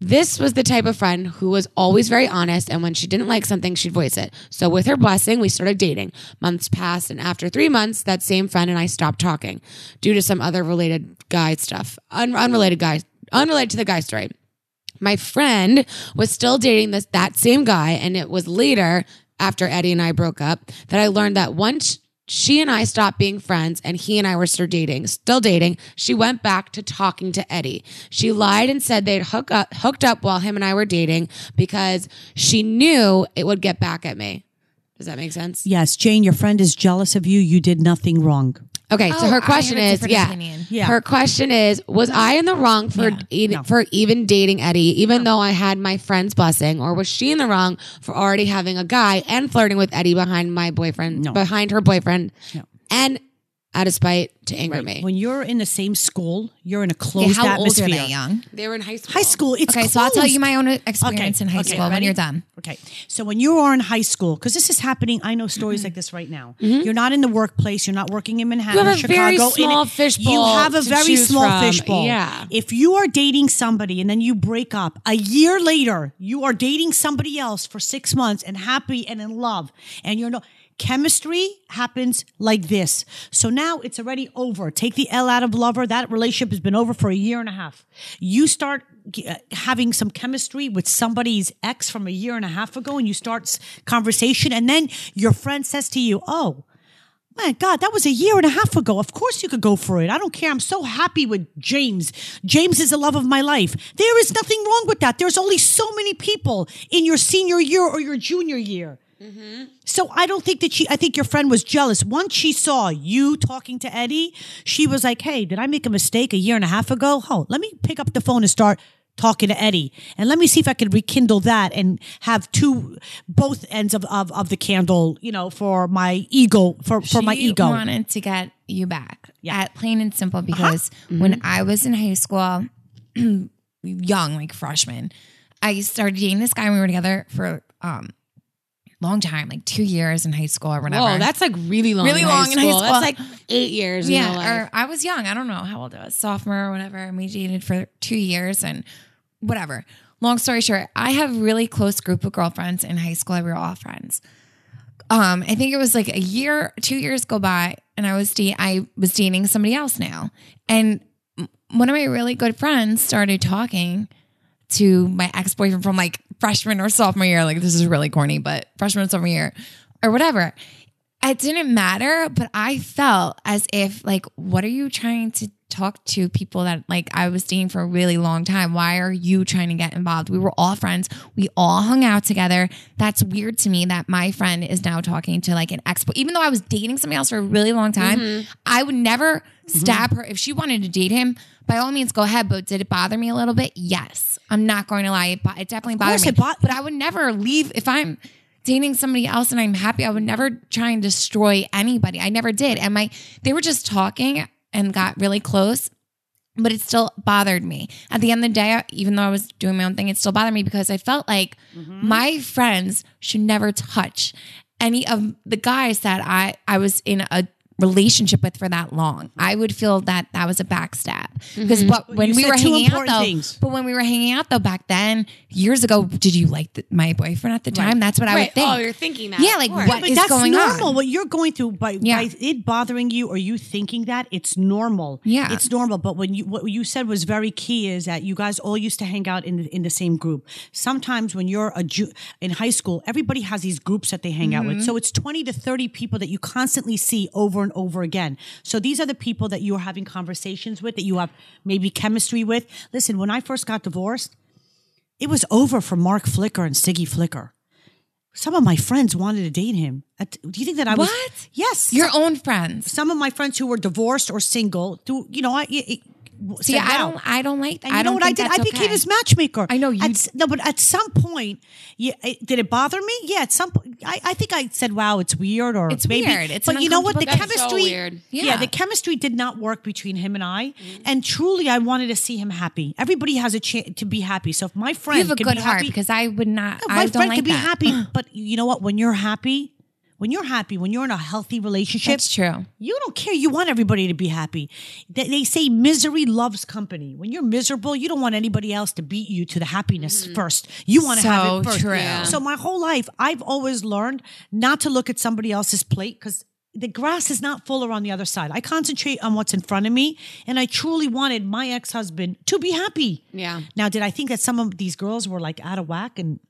Speaker 3: This was the type of friend who was always very honest, and when she didn't like something, she'd voice it. So, with her blessing, we started dating. Months passed, and after three months, that same friend and I stopped talking due to some other related guy stuff, Un- unrelated guy, unrelated to the guy story. My friend was still dating this that same guy, and it was later after Eddie and I broke up that I learned that once she and I stopped being friends and he and I were still dating, still dating, she went back to talking to Eddie. She lied and said they'd hook up hooked up while him and I were dating because she knew it would get back at me. Does that make sense?
Speaker 2: Yes, Jane, your friend is jealous of you. You did nothing wrong.
Speaker 3: Okay,
Speaker 1: Oh,
Speaker 3: so
Speaker 1: I
Speaker 3: her
Speaker 1: have a
Speaker 3: question is,
Speaker 1: different
Speaker 3: yeah,
Speaker 1: opinion.
Speaker 2: Yeah.
Speaker 3: Her question is, was I in the wrong for even,
Speaker 2: no.
Speaker 3: for even dating Eddie, even though I had my friend's blessing, or was she in the wrong for already having a guy and flirting with Eddie behind my boyfriend,
Speaker 2: No.
Speaker 3: behind her boyfriend,
Speaker 2: No.
Speaker 3: and out of spite to anger me?
Speaker 2: When you're in the same school, you're in a
Speaker 1: Okay,
Speaker 2: closed
Speaker 1: how old
Speaker 2: atmosphere.
Speaker 1: are they? Young.
Speaker 3: They were in high school.
Speaker 2: High school, it's
Speaker 1: Okay, so I'll tell
Speaker 2: closed.
Speaker 1: you my own experience in high
Speaker 2: okay,
Speaker 1: school when
Speaker 2: ready?
Speaker 1: you're done.
Speaker 2: Okay. So when you are in high school, because this is happening, I know stories like this right now. You're not in the workplace. You're not working in Manhattan,
Speaker 3: Mm-hmm. You have a
Speaker 2: Chicago.
Speaker 3: very
Speaker 2: in-
Speaker 3: small fishbowl
Speaker 2: You have a
Speaker 3: to
Speaker 2: very
Speaker 3: choose
Speaker 2: small
Speaker 3: from.
Speaker 2: fishbowl.
Speaker 3: Yeah.
Speaker 2: If you are dating somebody and then you break up, a year later you are dating somebody else for six months and happy and in love, and you're no chemistry happens like this. So now it's already over. Take the L out of lover. That relationship has been over for a year and a half. You start g- uh, having some chemistry with somebody's ex from a year and a half ago, and you start s- conversation, and then your friend says to you, "Oh." my God, that was a year and a half ago. Of course you could go for it. I don't care. I'm so happy with James. James is the love of my life. There is nothing wrong with that. There's only so many people in your senior year or your junior year. So I don't think that she, I think your friend was jealous. Once she saw you talking to Eddie, she was like, hey, did I make a mistake a year and a half ago? Oh, let me pick up the phone and start talking to Eddie. And let me see if I can rekindle that and have two, both ends of, of, of the candle, you know, for my ego, for, for my
Speaker 1: She
Speaker 2: ego. Uh-huh.
Speaker 1: wanted to get you back at plain and simple because
Speaker 2: Mm-hmm.
Speaker 1: when I was in high school, young, like freshman, I started dating this guy and we were together for um long time, like two years in high school or whatever.
Speaker 3: Whoa, that's like really long.
Speaker 1: Really
Speaker 3: in
Speaker 1: long
Speaker 3: high
Speaker 1: in high
Speaker 3: school. That's
Speaker 1: school.
Speaker 3: like eight years. in your
Speaker 1: yeah,
Speaker 3: life.
Speaker 1: or I was young. I don't know how old I was, sophomore or whatever. And we dated for two years and whatever. Long story short, I have a really close group of girlfriends in high school. We were all friends. Um, I think it was like a year, two years go by, and I was de- I was dating somebody else now, and m- one of my really good friends started talking to my ex boyfriend from like freshman or sophomore year. Like this is really corny, but freshman or sophomore year or whatever. It didn't matter, but I felt as if like, what are you trying to talk to people that like I was dating for a really long time? Why are you trying to get involved? We were all friends. We all hung out together. That's weird to me that my friend is now talking to like an ex. Even though I was dating somebody else for a really long time,
Speaker 2: Mm-hmm.
Speaker 1: I would never stab her if she wanted to date him. By all means, go ahead. But did it bother me a little bit? Yes, I'm not going to lie. It, bo- it definitely bothered
Speaker 2: course
Speaker 1: me.
Speaker 2: it bo-
Speaker 1: but I would never leave if I'm dating somebody else and I'm happy. I would never try and destroy anybody. I never did. And my they were just talking and got really close, but it still bothered me. At the end of the day, even though I was doing my own thing, it still bothered me because I felt like
Speaker 2: Mm-hmm.
Speaker 1: my friends should never touch any of the guys that I I was in a relationship with for that long. I would feel that that was a backstab because what, when
Speaker 2: Mm-hmm. You
Speaker 1: we
Speaker 2: said
Speaker 1: were
Speaker 2: two
Speaker 1: hanging out
Speaker 2: important
Speaker 1: though,
Speaker 2: things.
Speaker 1: but when we were hanging out though back then years ago, did you like the, my boyfriend at the time? That's what I
Speaker 3: right.
Speaker 1: would think.
Speaker 3: Oh, you're thinking that.
Speaker 1: Yeah,
Speaker 3: of
Speaker 1: like,
Speaker 3: course.
Speaker 1: what-
Speaker 2: But
Speaker 1: is
Speaker 2: that's
Speaker 1: going
Speaker 2: normal.
Speaker 1: on.
Speaker 2: What you're going through by,
Speaker 1: Yeah.
Speaker 2: by it bothering you or you thinking that it's normal.
Speaker 1: Yeah.
Speaker 2: it's normal. But when you what you said was very key is that you guys all used to hang out in the, in the same group. Sometimes when you're a ju- in high school, everybody has these groups that they hang out
Speaker 1: Mm-hmm.
Speaker 2: with. So it's twenty to thirty people that you constantly see over and over again. So these are the people that you are having conversations with that you have maybe chemistry with. Listen, when I first got divorced, it was over for Mark Flicker and Siggy Flicker. Some of my friends wanted to date him. At- Do you think that I was?
Speaker 1: What?
Speaker 2: Yes.
Speaker 1: your own friends.
Speaker 2: some of my friends who were divorced or single. Do you know? I it, it,
Speaker 1: See,
Speaker 2: said,
Speaker 1: I
Speaker 2: wow.
Speaker 1: don't. I don't like.
Speaker 2: And
Speaker 1: I
Speaker 2: you know
Speaker 1: don't
Speaker 2: what I
Speaker 1: think
Speaker 2: did? I
Speaker 1: that's
Speaker 2: became
Speaker 1: okay.
Speaker 2: his matchmaker.
Speaker 1: I know you-
Speaker 2: At s- no, but at some point, yeah, it, did it bother me? Yeah, at some point, I, I think I said, "Wow, it's weird," or
Speaker 1: It's
Speaker 2: maybe,
Speaker 1: weird. It's an
Speaker 2: but you know what? The
Speaker 1: uncomfortable-
Speaker 3: That's so
Speaker 2: chemistry.
Speaker 3: weird.
Speaker 2: Yeah.
Speaker 1: Yeah. Mm.
Speaker 2: the chemistry did not work between him and I. And truly, I wanted to see him happy. Everybody has a chance to be happy. So if my friend
Speaker 1: You have a
Speaker 2: can
Speaker 1: good
Speaker 2: be
Speaker 1: heart
Speaker 2: happy,
Speaker 1: because I would not.
Speaker 2: my
Speaker 1: I don't
Speaker 2: friend
Speaker 1: like
Speaker 2: could be
Speaker 1: that.
Speaker 2: happy, but you know what? When you're happy, when you're happy, when you're in a healthy relationship,
Speaker 1: That's true.
Speaker 2: you don't care. You want everybody to be happy. They, they say misery loves company. When you're miserable, you don't want anybody else to beat you to the happiness first. You want to have it
Speaker 1: Mm-hmm. So
Speaker 2: first.
Speaker 1: true. Yeah.
Speaker 2: So my whole life, I've always learned not to look at somebody else's plate because the grass is not fuller on the other side. I concentrate on what's in front of me, and I truly wanted my ex husband to be happy.
Speaker 3: Yeah.
Speaker 2: Now, did I think that some of these girls were like out of whack and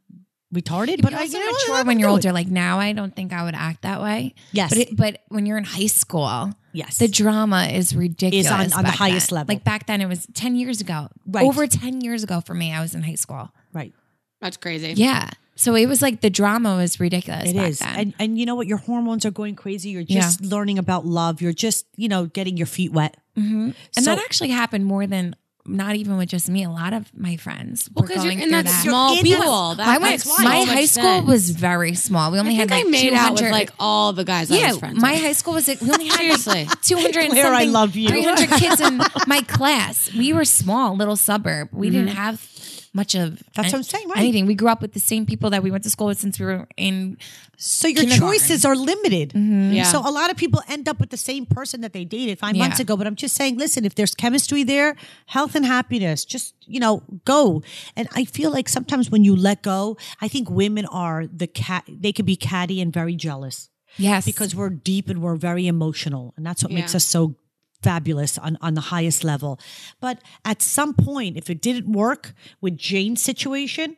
Speaker 2: retarded? But
Speaker 1: You're
Speaker 2: I
Speaker 1: also
Speaker 2: you know,
Speaker 1: mature
Speaker 2: let
Speaker 1: when
Speaker 2: them
Speaker 1: you're
Speaker 2: do it.
Speaker 1: older. Like now, I don't think I would act that way.
Speaker 2: Yes.
Speaker 1: but it, but when you're in high school,
Speaker 2: Yes.
Speaker 1: the drama is ridiculous.
Speaker 2: on the
Speaker 1: back
Speaker 2: highest
Speaker 1: then.
Speaker 2: level.
Speaker 1: Like back then, it was ten years ago.
Speaker 2: Right.
Speaker 1: over ten years ago for me, I was in high school.
Speaker 2: right.
Speaker 3: That's crazy.
Speaker 1: Yeah, so it was like the drama was ridiculous.
Speaker 2: It
Speaker 1: back
Speaker 2: is.
Speaker 1: then.
Speaker 2: And and you know what? Your hormones are going crazy. You're just learning about love. You're just, you know, getting your feet wet.
Speaker 1: Mm-hmm. And
Speaker 2: So-
Speaker 1: that actually happened more than not even with just me. A lot of my friends were
Speaker 3: Because you're
Speaker 1: going
Speaker 3: in
Speaker 1: through
Speaker 3: that,
Speaker 1: that.
Speaker 3: small
Speaker 2: You're in that-
Speaker 3: pool. That
Speaker 1: I went.
Speaker 3: makes so
Speaker 1: my
Speaker 3: much
Speaker 1: high school
Speaker 3: sense.
Speaker 1: was very small. We only
Speaker 3: I
Speaker 1: had
Speaker 3: think
Speaker 1: like
Speaker 3: I made
Speaker 1: 200.
Speaker 3: out with like all the guys I
Speaker 1: yeah,
Speaker 3: was friends
Speaker 1: my
Speaker 3: with.
Speaker 1: high school was like, we only had
Speaker 3: Seriously.
Speaker 1: like 200 and
Speaker 2: Claire, I
Speaker 1: something,
Speaker 2: love you.
Speaker 1: 300 kids in my class. We were small, little suburb. We didn't have much of
Speaker 2: Mm-hmm. That's what I'm saying, right.
Speaker 1: Anything. We grew up with the same people that we went to school with since we were in
Speaker 2: So your
Speaker 1: Kindergarten. Mm-hmm.
Speaker 2: choices are limited.
Speaker 3: Yeah.
Speaker 2: So a lot of people end up with the same person that they dated five
Speaker 1: Yeah.
Speaker 2: months ago. But I'm just saying, listen, if there's chemistry there, health and happiness, just, you know, go. And I feel like sometimes when you let go, I think women are the cat, they can be catty and very jealous.
Speaker 1: yes
Speaker 2: because we're deep and we're very emotional and that's what makes
Speaker 3: Yeah.
Speaker 2: us so fabulous on, on the highest level but at some point if it didn't work with jane's situation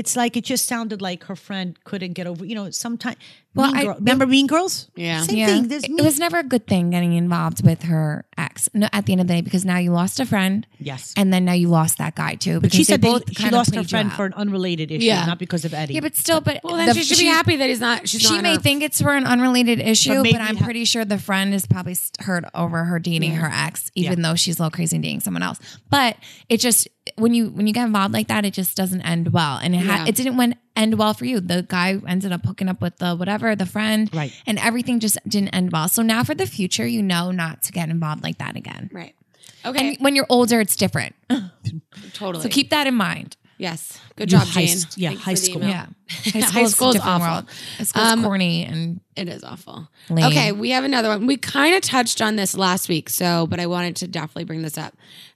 Speaker 2: It's like it just sounded like her friend couldn't get over. You know, sometimes.
Speaker 1: Well, I-
Speaker 2: remember Mean Girls?
Speaker 3: Yeah.
Speaker 2: Same thing. There's
Speaker 1: it
Speaker 2: me-
Speaker 1: was never a good thing getting involved with her ex no, at the end of the day because now you lost a friend
Speaker 2: Yes.
Speaker 1: and then now you lost that guy too. But
Speaker 2: she said they, she lost her friend for an unrelated issue,
Speaker 3: Yeah.
Speaker 2: not because of Eddie.
Speaker 1: yeah, but still, but
Speaker 3: Well, then
Speaker 1: the-
Speaker 3: she should be happy that he's not. She's
Speaker 1: She
Speaker 3: not
Speaker 1: may
Speaker 3: her-
Speaker 1: think it's for an unrelated issue, but,
Speaker 2: maybe
Speaker 1: I'm
Speaker 2: ha-
Speaker 1: pretty sure the friend is probably st- hurt over her dating her ex, even though she's a little crazy and dating someone else. But it just when you when you get involved like that, it just doesn't end well, and it ha-
Speaker 3: Yeah.
Speaker 1: it didn't win, end well for you. The guy ended up hooking up with the whatever the friend,
Speaker 2: Right.
Speaker 1: And everything just didn't end well. So now for the future, you know not to get involved like that again.
Speaker 3: right. Okay,
Speaker 1: And when you're older, it's different.
Speaker 3: totally.
Speaker 1: So keep that in mind.
Speaker 3: yes, good
Speaker 2: You
Speaker 3: job,
Speaker 2: high
Speaker 3: Jane.
Speaker 2: st- yeah,
Speaker 3: Thanks
Speaker 2: high
Speaker 3: for the
Speaker 2: school.
Speaker 3: email.
Speaker 1: Yeah,
Speaker 3: High
Speaker 1: is a
Speaker 3: school's
Speaker 1: different
Speaker 3: awful.
Speaker 1: world. High school's
Speaker 3: Um,
Speaker 1: corny and
Speaker 3: It is awful.
Speaker 1: Lame.
Speaker 3: Okay, we have another one. We kind of touched on this last week, so but I wanted to definitely bring this up.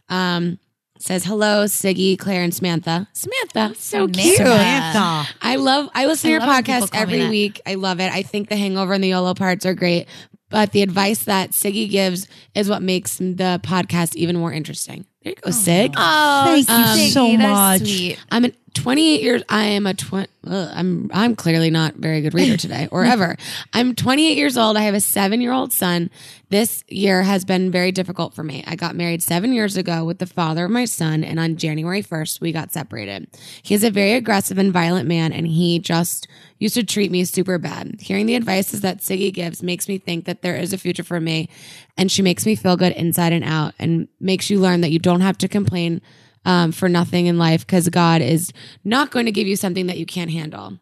Speaker 3: Um, says hello, Siggy, Claire, and Samantha. Samantha, so
Speaker 1: Samantha.
Speaker 3: cute.
Speaker 2: Samantha.
Speaker 3: I love. I listen
Speaker 1: I
Speaker 3: to your
Speaker 1: love when people
Speaker 3: podcast
Speaker 1: call me
Speaker 3: every
Speaker 1: that.
Speaker 3: week. I love it. I think the Hangover and the YOLO parts are great, but the advice that Siggy gives is what makes the podcast even more interesting. There you go, Sig.
Speaker 1: Oh,
Speaker 2: Thank you
Speaker 1: Ziggy,
Speaker 2: so
Speaker 1: that's
Speaker 2: much.
Speaker 1: sweet.
Speaker 3: I'm a 28 years. I am a 20. I'm I'm clearly not a very good reader today or ever. I'm 28 years old. I have a seven year old son. This year has been very difficult for me. I got married seven years ago with the father of my son, and on January 1st we got separated. He is a very aggressive and violent man, and he just used to treat me super bad. Hearing the advices that Siggy gives makes me think that there is a future for me, and she makes me feel good inside and out, and makes you learn that you don't have to complain um, for nothing in life because God is not going to give you something that you can't handle.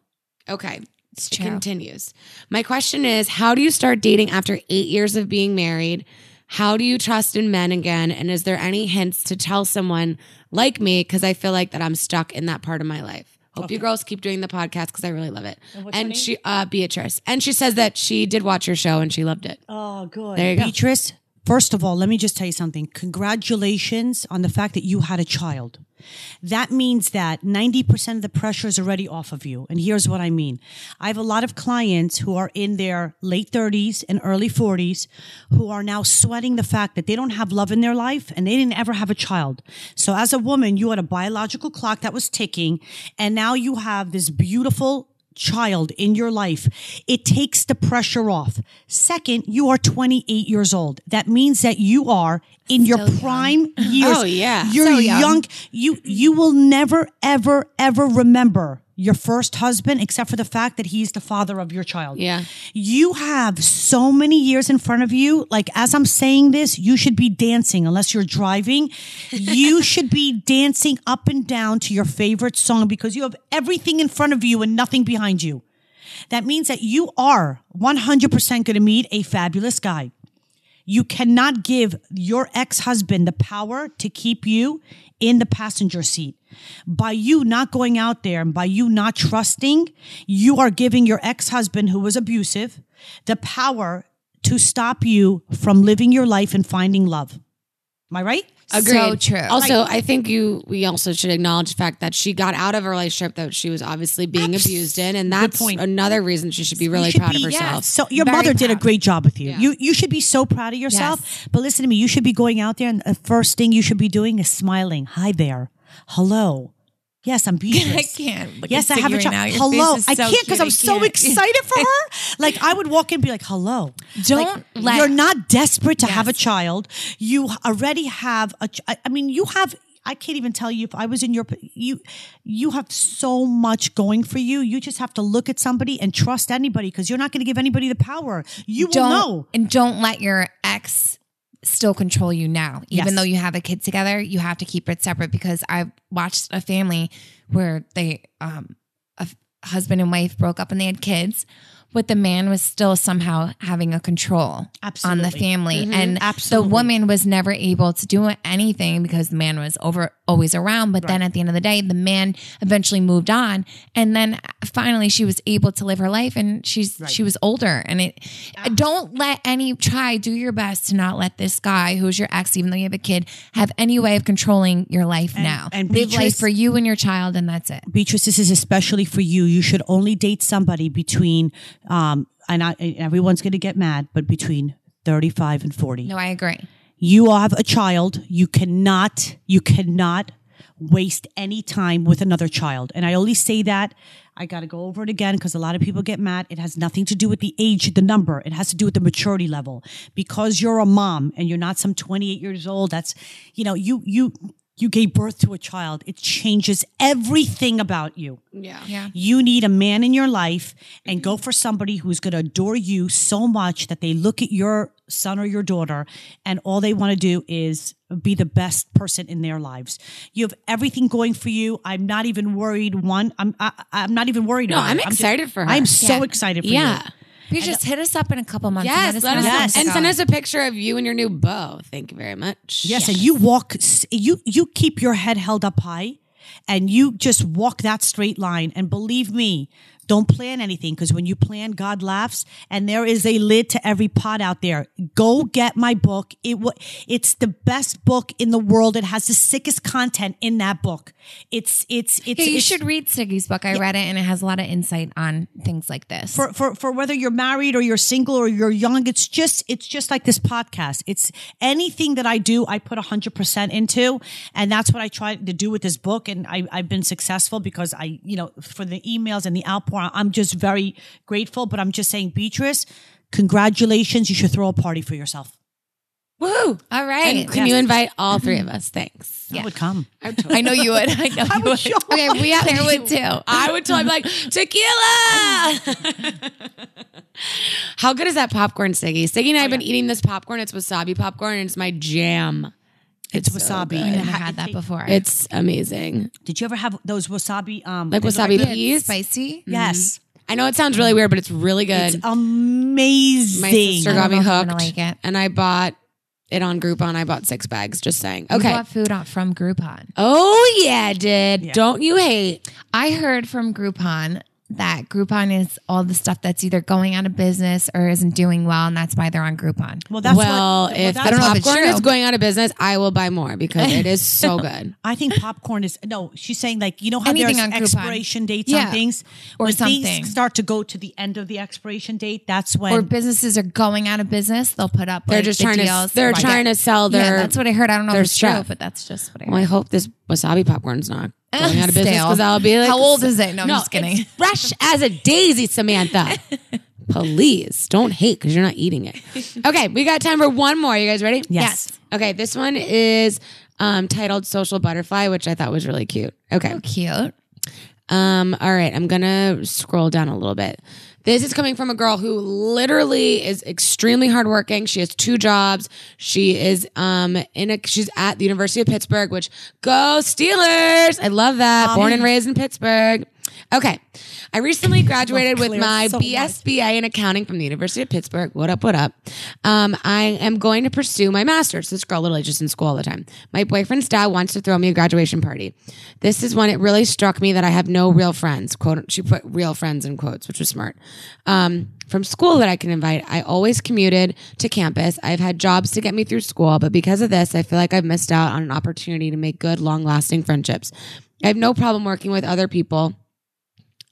Speaker 3: Okay. It
Speaker 1: true.
Speaker 3: continues. My question is How do you start dating after eight years of being married? How do you trust in men again? And is there any hints to tell someone like me? Because I feel like that I'm stuck in that part of my life. Hope you girls keep doing the podcast because I really love it. And, she, uh, Beatrice, and she says that she did watch your show and she loved it.
Speaker 2: Oh, good.
Speaker 3: There you go.
Speaker 2: Beatrice, first of all, let me just tell you something. Congratulations on the fact that you had a child. That means that 90% of the pressure is already off of you. And here's what I mean I have a lot of clients who are in their late 30s and early 40s who are now sweating the fact that they don't have love in their life and they didn't ever have a child. So, as a woman, you had a biological clock that was ticking, and now you have this beautiful child in your life, it takes the pressure off. Second, you are 28 years old. That means that you are in your prime years.
Speaker 3: Oh, yeah.
Speaker 2: You're
Speaker 1: So young.
Speaker 2: young. You you will never ever ever remember your first husband except for the fact that he's the father of your child.
Speaker 3: Yeah.
Speaker 2: You have so many years in front of you. Like, as I'm saying this, you should be dancing unless you're driving. You should be dancing up and down to your favorite song because you have everything in front of you and nothing behind you. That means that you are 100% going to meet a fabulous guy. You cannot give your ex husband the power to keep you in the passenger seat. By you not going out there and by you not trusting, you are giving your ex husband, who was abusive, the power to stop you from living your life and finding love. Am I right?
Speaker 1: So true.
Speaker 3: Also, I think you we also should acknowledge the fact that she got out of a relationship that she was obviously being abused in, and that's
Speaker 2: point.
Speaker 3: another reason she should be really
Speaker 2: should
Speaker 3: proud
Speaker 2: be-
Speaker 3: of herself.
Speaker 2: So your
Speaker 1: Very
Speaker 2: mother did a
Speaker 1: proud.
Speaker 2: great job with you. You you should be so proud of yourself. But listen to me, you should be going out there and the first thing you should be doing is smiling. Hi there. Hello. Yes, I'm Beatrice.
Speaker 1: I can't. Look
Speaker 2: Yes,
Speaker 1: at
Speaker 2: I have a
Speaker 1: Siggy
Speaker 2: child.
Speaker 1: right now. Your
Speaker 2: hello.
Speaker 1: face is
Speaker 2: I
Speaker 1: so
Speaker 2: can't because
Speaker 1: cute.
Speaker 2: I'm
Speaker 1: I
Speaker 2: so
Speaker 1: can't.
Speaker 2: excited for her. like I would walk in and be like, hello.
Speaker 1: Don't
Speaker 2: Like,
Speaker 1: let-
Speaker 2: you're not desperate to have a child. You already have a ch- I I mean, you have I can't even tell you if I was in your you you have so much going for you. You just have to look at somebody and trust anybody because you're not going to give anybody the power. You will
Speaker 1: don't
Speaker 2: know.
Speaker 1: and don't let your ex still control you now. Even
Speaker 2: Yes.
Speaker 1: though you have a kid together, you have to keep it separate because I've watched a family where they um a f- husband and wife broke up and they had kids, but the man was still somehow having a control on the
Speaker 2: Absolutely. Mm-hmm.
Speaker 1: family and
Speaker 2: Absolutely.
Speaker 1: the woman was never able to do anything because the man was over always around but then at the end of the day the man eventually moved on and then finally she was able to live her life and she's she was older and it
Speaker 2: Ah.
Speaker 1: don't let any try do your best to not let this guy who's your ex even though you have a kid have any way of controlling your life now
Speaker 2: and
Speaker 1: live life
Speaker 2: Beatrice-
Speaker 1: for you and your child and that's it
Speaker 2: Beatrice, this is especially for you. You should only date somebody between, um, and, I, and everyone's going to get mad, but between 35 and 40.
Speaker 1: no i agree
Speaker 2: You have a child. You cannot, you cannot waste any time with another child. And I only say that I got to go over it again because a lot of people get mad. It has nothing to do with the age, the number. It has to do with the maturity level. Because you're a mom and you're not some 28 years old. That's, you know, you, you, you gave birth to a child. It changes everything about you.
Speaker 3: Yeah. Mm-hmm.
Speaker 1: Yeah.
Speaker 2: You need a man in your life and go for somebody who's going to adore you so much that they look at your son or your daughter and all they want to do is be the best person in their lives. You have everything going for you. I'm not even worried one I'm I, I'm not even worried
Speaker 3: No,
Speaker 2: about
Speaker 3: I'm
Speaker 2: it. just-
Speaker 3: excited for her.
Speaker 2: I'm so
Speaker 1: Yeah.
Speaker 2: excited for
Speaker 3: yeah.
Speaker 2: you.
Speaker 1: You just hit us up in a couple months. and
Speaker 3: Yes, let us
Speaker 1: know
Speaker 3: know.
Speaker 1: how
Speaker 2: Yes.
Speaker 1: it's
Speaker 3: and send
Speaker 1: going.
Speaker 3: us a picture of you and your new beau. Thank you very much.
Speaker 2: Yes, and you walk s- you you keep your head held up high and you just walk that straight line and believe me, don't plan anything because when you plan God laughs and there is a lid to every pot out there. Go get my book. It wa it's the best book in the world. It has the sickest content in that book. It's it's it's
Speaker 1: Yeah, you
Speaker 2: it's-
Speaker 1: should read Siggy's book. I read it and it has a lot of insight on things like this.
Speaker 2: for, for, for whether you're married or you're single or you're young, it's just, it's just like this podcast. It's anything that I do, I put hundred percent into. And that's what I try to do with this book. And I, I've been successful because I, you know, for the emails and the outpour, I'm just very grateful, but I'm just saying, Beatrice, congratulations. You should throw a party for yourself.
Speaker 3: Woo!
Speaker 1: All right.
Speaker 3: And can you invite all three of us? Thanks.
Speaker 2: I would come.
Speaker 3: I would totally.
Speaker 1: I know you would. I know you would.
Speaker 2: sure.
Speaker 1: Okay, we out there would too.
Speaker 3: I would totally be like tequila. How good is that popcorn, Siggy? Siggy and I have been eating this popcorn. It's wasabi popcorn, and it's my jam.
Speaker 2: It's,
Speaker 3: so
Speaker 2: wasabi.
Speaker 1: I've
Speaker 2: And
Speaker 1: never
Speaker 2: ha-
Speaker 1: had that before.
Speaker 3: It's amazing.
Speaker 2: Did you ever have those wasabi? Um,
Speaker 3: Like
Speaker 2: those-
Speaker 3: wasabi Mm-hmm.
Speaker 1: It's
Speaker 3: peas.
Speaker 1: spicy.
Speaker 2: Yes.
Speaker 3: I know it sounds really weird, but it's really good.
Speaker 2: It's amazing.
Speaker 3: my sister got me
Speaker 1: I don't know if I'm
Speaker 3: hooked,
Speaker 1: gonna like it.
Speaker 3: and I bought it on Groupon. I bought six bags. Just saying.
Speaker 1: We
Speaker 3: Okay.
Speaker 1: bought food on, from Groupon.
Speaker 3: oh yeah, did don't you hate?
Speaker 1: I heard from Groupon that Groupon is all the stuff that's either going out of business or isn't doing well, and that's why they're on Groupon.
Speaker 2: Well, that's
Speaker 3: well,
Speaker 2: what, well,
Speaker 3: if
Speaker 2: that's
Speaker 3: the
Speaker 1: know if it's
Speaker 3: popcorn
Speaker 1: true.
Speaker 3: is going out of business, I will buy more because it is so good.
Speaker 2: I think popcorn is no. She's saying like you know how
Speaker 1: Anything on
Speaker 2: there's
Speaker 1: Groupon.
Speaker 2: expiration dates
Speaker 1: Yeah.
Speaker 2: on things,
Speaker 1: Or
Speaker 2: when
Speaker 1: something.
Speaker 2: things start to go to the end of the expiration date. That's when
Speaker 1: Or businesses are going out of business, they'll put up.
Speaker 3: They're
Speaker 1: like,
Speaker 3: just
Speaker 1: the
Speaker 3: trying
Speaker 1: deals.
Speaker 3: to. They're
Speaker 1: Right.
Speaker 3: trying to sell
Speaker 1: Yeah,
Speaker 3: their.
Speaker 1: that's what I heard. I don't know if
Speaker 3: their
Speaker 1: it's true,
Speaker 3: stuff.
Speaker 1: but that's just what I
Speaker 3: Well,
Speaker 1: heard.
Speaker 3: I hope this wasabi popcorn's not going out of business
Speaker 1: Stale.
Speaker 3: because I'll be like,
Speaker 1: How old is it? No, I'm just kidding.
Speaker 3: it's fresh as a daisy, Samantha. Please don't hate because you're not eating it. Okay, we got time for one more. You guys ready?
Speaker 2: Yes.
Speaker 1: Yes.
Speaker 3: Okay, this one is um, titled "Social Butterfly," which I thought was really cute. Okay.
Speaker 1: So cute.
Speaker 3: Um, all right, I'm gonna scroll down a little bit. This is coming from a girl who literally is extremely hardworking. She has two jobs. She is um in a she's at the University of Pittsburgh, which go Steelers! I love that. Born and raised in Pittsburgh. Okay, I recently graduated with
Speaker 2: Claire
Speaker 3: my
Speaker 2: so
Speaker 3: BS
Speaker 2: much.
Speaker 3: BA in accounting from the University of Pittsburgh. What up, what up? Um, I am going to pursue my master's. This girl literally just in school all the time. My boyfriend's dad wants to throw me a graduation party. This is when it really struck me that I have no real friends. Quote, she put real friends in quotes, which was smart. Um, from school that I can invite. I always commuted to campus. I've had jobs to get me through school, but because of this, I feel like I've missed out on an opportunity to make good, long lasting friendships. I have no problem working with other people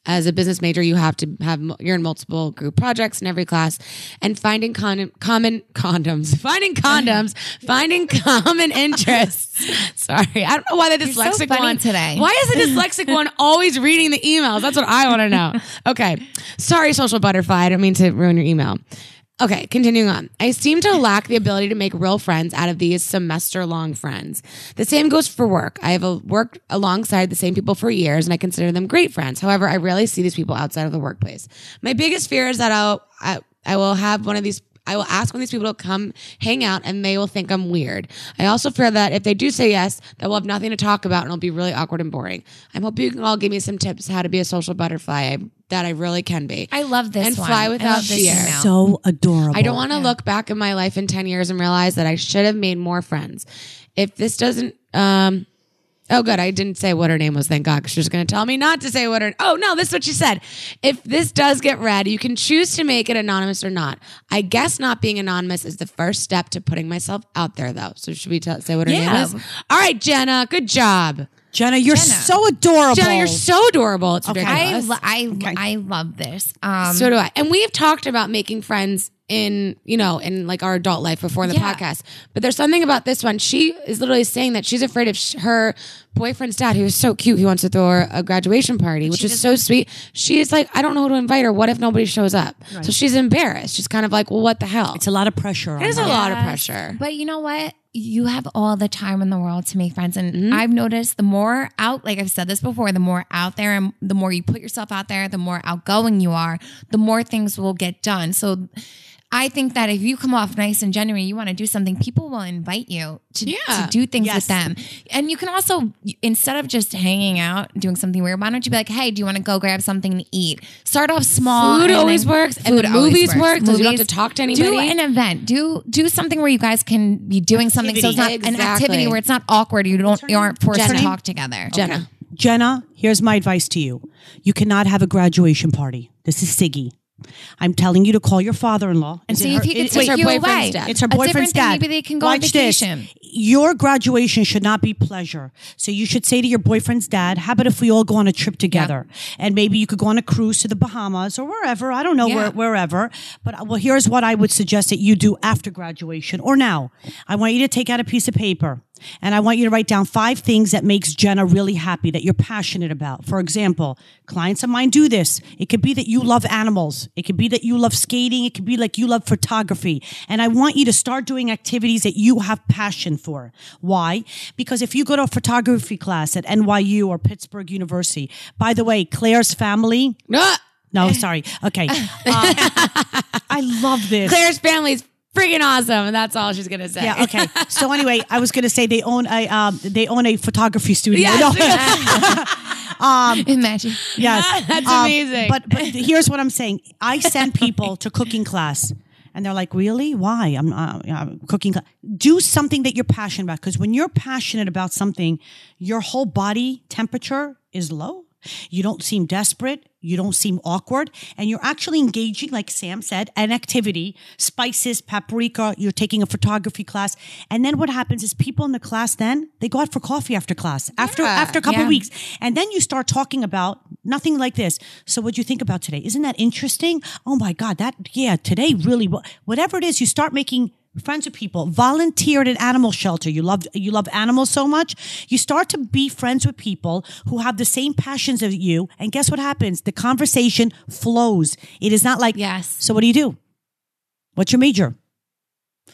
Speaker 3: as a business major, you have to have you're in multiple group projects in every class, and finding con- common condoms, finding condoms, finding common interests. Sorry, I don't know why the
Speaker 1: so
Speaker 3: dyslexic
Speaker 1: funny
Speaker 3: one
Speaker 1: today.
Speaker 3: Why is the dyslexic one always reading the emails? That's what I want to know. Okay, sorry, social butterfly. I don't mean to ruin your email. Okay, continuing on. I seem to lack the ability to make real friends out of these semester long friends. The same goes for work. I have uh, worked alongside the same people for years and I consider them great friends. However, I rarely see these people outside of the workplace. My biggest fear is that I'll, I, I will have one of these I will ask one of these people to come hang out and they will think I'm weird. I also fear that if they do say yes, that we'll have nothing to talk about and it'll be really awkward and boring. I'm hoping you can all give me some tips how to be a social butterfly I, that I really can be.
Speaker 1: I love this
Speaker 3: And
Speaker 1: one.
Speaker 3: fly
Speaker 1: I
Speaker 3: without
Speaker 1: love this
Speaker 3: fear.
Speaker 1: email.
Speaker 2: so adorable.
Speaker 3: I don't want to look back in my life in 10 years and realize that I should have made more friends. If this doesn't, um, oh, good. I didn't say what her name was. Thank God. 'cause She was going to tell me not to say what her, oh, no, this is what she said. If this does get read, you can choose to make it anonymous or not. I guess not being anonymous is the first step to putting myself out there, though. So should we tell say what her
Speaker 1: Yeah.
Speaker 3: name is? All right, Jenna, good job.
Speaker 2: Jenna, you're so adorable.
Speaker 3: Jenna, you're so adorable. It's ridiculous.
Speaker 1: I lo- I I love this. Um,
Speaker 3: So do I. And we have talked about making friends in, you know, in like our adult life before the
Speaker 1: Yeah.
Speaker 3: podcast. But there's something about this one. She is literally saying that she's afraid of sh- her boyfriend's dad, who is so cute. He wants to throw her a graduation party, which is so sweet. She is like, I don't know who to invite her. What if nobody shows up? So she's embarrassed. She's kind of like, well, what the hell?
Speaker 2: It's a lot of pressure. on
Speaker 3: There's a
Speaker 2: her.
Speaker 3: lot of
Speaker 1: Yes.
Speaker 3: pressure.
Speaker 1: But you know what? You have all the time in the world to make friends. And
Speaker 3: Mm-hmm.
Speaker 1: I've noticed the more out, like I've said this before, the more out there and the more you put yourself out there, the more outgoing you are, the more things will get done. So I think that if you come off nice and genuine, you want to do something, people will invite you to,
Speaker 3: Yeah.
Speaker 1: to do things
Speaker 2: Yes.
Speaker 1: with them. And you can also, instead of just hanging out, doing something weird, why don't you be like, hey, do you want to go grab something to eat? Start off small.
Speaker 3: Food
Speaker 1: and
Speaker 3: always
Speaker 1: then-
Speaker 3: works, and
Speaker 1: Food
Speaker 3: the
Speaker 1: always
Speaker 3: movies work.
Speaker 1: works.
Speaker 3: because You don't
Speaker 1: Movies-
Speaker 3: have to talk to anybody.
Speaker 1: do an event. Do do something where you guys can be doing something. So it's not an
Speaker 3: Activity.
Speaker 1: activity where it's not awkward. You don't you aren't forced to talk together.
Speaker 3: Jenna.
Speaker 2: Jenna, here's my advice to you. You cannot have a graduation party. This is Siggy. I'm telling you to call your father-in-law and
Speaker 1: See if he can
Speaker 3: it's
Speaker 1: take
Speaker 3: her
Speaker 1: you
Speaker 3: boyfriend's
Speaker 1: away.
Speaker 3: dad.
Speaker 2: It's her
Speaker 1: A different
Speaker 2: boyfriend's
Speaker 1: thing,
Speaker 2: dad.
Speaker 1: Maybe they can go on
Speaker 2: Watch
Speaker 1: vacation.
Speaker 2: This. Your graduation should not be pleasure. So you should say to your boyfriend's dad, "How about if we all go on a trip together? And maybe you could go on a cruise to the Bahamas or wherever. I don't know where,
Speaker 1: Yeah.
Speaker 2: wherever. But uh, well, here's what I would suggest that you do after graduation or now. I want you to take out a piece of paper." And I want you to write down five things that makes Jenna really happy that you're passionate about. For example, clients of mine do this. It could be that you love animals. It could be that you love skating. It could be like you love photography. And I want you to start doing activities that you have passion for. Why? Because if you go to a photography class at NYU or Pittsburgh University, by the way, Claire's family.
Speaker 3: No,
Speaker 2: No, sorry. Okay. Uh, I love this.
Speaker 3: Claire's family's freaking awesome, and that's all she's gonna say.
Speaker 2: Yeah. Okay. So anyway, I was going to say they own a um, they own a photography studio.
Speaker 3: Yes.
Speaker 2: No.
Speaker 1: Imagine.
Speaker 2: yes. Um,
Speaker 3: That's amazing.
Speaker 2: But but here's what I'm saying. I send people to cooking class. And they're like, really? Why? I'm, uh, I'm cooking. cla-" Do something that you're passionate about. Because when you're passionate about something, your whole body temperature is low. You don't seem desperate. You don't seem awkward. And you're actually engaging, like Sam said, an activity, spices, paprika. You're taking a photography class. And then what happens is people in the class then, they go out for coffee after class. After, after a couple
Speaker 1: Yeah.
Speaker 2: weeks weeks. And then you start talking about nothing like this. So what do you think about today? Isn't that interesting? Oh my God, that, yeah, today really, wa- whatever it is, you start making friends with people, volunteer at an animal shelter. You love, you love animals so much. You start to be friends with people who have the same passions as you. And guess what happens? The conversation flows. It is not like,
Speaker 1: Yes.
Speaker 2: so what do you do? What's your major?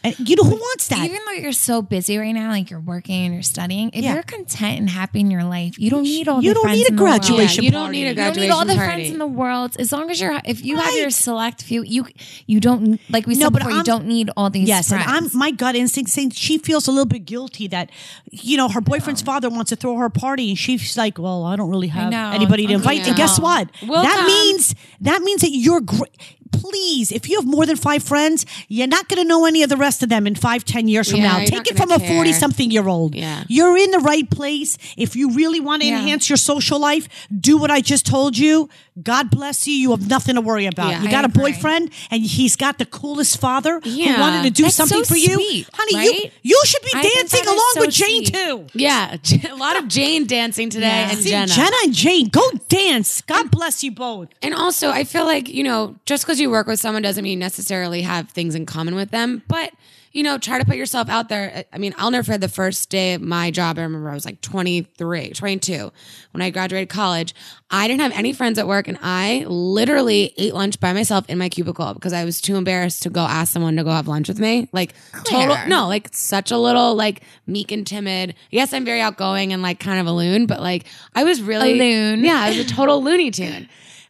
Speaker 2: And you know, who wants that?
Speaker 1: Even though you're so busy right now, like you're working and you're studying, if
Speaker 2: Yeah.
Speaker 1: you're content and happy in your life, you don't need all
Speaker 2: You
Speaker 1: the
Speaker 2: don't
Speaker 1: friends
Speaker 2: need a
Speaker 1: in the world.
Speaker 2: graduation
Speaker 3: Yeah, you don't
Speaker 2: party.
Speaker 3: need a
Speaker 1: You don't
Speaker 3: graduation
Speaker 1: need all the
Speaker 3: party.
Speaker 1: friends in the world. As long as you're, if you have your
Speaker 2: Right.
Speaker 1: select few, you you don't like we
Speaker 2: No,
Speaker 1: said
Speaker 2: but
Speaker 1: before.
Speaker 2: I'm-
Speaker 1: you don't need all these.
Speaker 2: Yes,
Speaker 1: friends.
Speaker 2: and I'm my gut instinct saying she feels a little bit guilty that you know her boyfriend's father wants to throw her a party, and she's like, "Well, I don't really have
Speaker 1: know,
Speaker 2: anybody to
Speaker 1: Uncle
Speaker 2: invite." And guess
Speaker 1: Tom.
Speaker 2: what?
Speaker 3: We'll
Speaker 2: that
Speaker 3: come.
Speaker 2: means that means that you're great. Please, if you have more than five friends, you're not going to know any of the rest of them in five, ten years from
Speaker 3: Yeah,
Speaker 2: now.
Speaker 3: you're
Speaker 2: Take
Speaker 3: not
Speaker 2: it from
Speaker 3: gonna
Speaker 2: a
Speaker 3: care.
Speaker 2: forty-something year old.
Speaker 3: Yeah.
Speaker 2: you're in the right place. If you really want to
Speaker 1: Yeah.
Speaker 2: enhance your social life, do what I just told you. God bless you. You have nothing to worry about.
Speaker 3: Yeah.
Speaker 2: you
Speaker 3: I
Speaker 2: got a
Speaker 1: agree.
Speaker 2: boyfriend, and he's got the coolest father who
Speaker 3: Yeah.
Speaker 2: wanted to do
Speaker 1: That's
Speaker 2: something
Speaker 1: so
Speaker 2: for you,
Speaker 1: sweet,
Speaker 2: honey. You
Speaker 1: right?
Speaker 2: you should be
Speaker 1: I think
Speaker 2: dancing
Speaker 1: that is
Speaker 2: along
Speaker 1: so
Speaker 2: with Jane
Speaker 1: sweet.
Speaker 2: too.
Speaker 3: Yeah, a lot of Jane dancing today
Speaker 1: Yeah.
Speaker 3: and
Speaker 1: See,
Speaker 3: Jenna. Mm.
Speaker 2: Jenna and Jane, go dance. God bless you both.
Speaker 3: And also, I feel like, you know, just because you work with someone doesn't mean you necessarily have things in common with them, but, you know, try to put yourself out there. I- I mean, I'll never forget the first day of my job. I remember I was like 23, 22 when I graduated college. I didn't have any friends at work and I literally ate lunch by myself in my cubicle because I was too embarrassed to go ask someone to go have lunch with me. Like, total, no, like such a little, like, meek and timid. Yes, I'm very outgoing and like kind of a loon, but like, I was really.
Speaker 1: loon.
Speaker 3: Yeah, I was a total Looney Tune.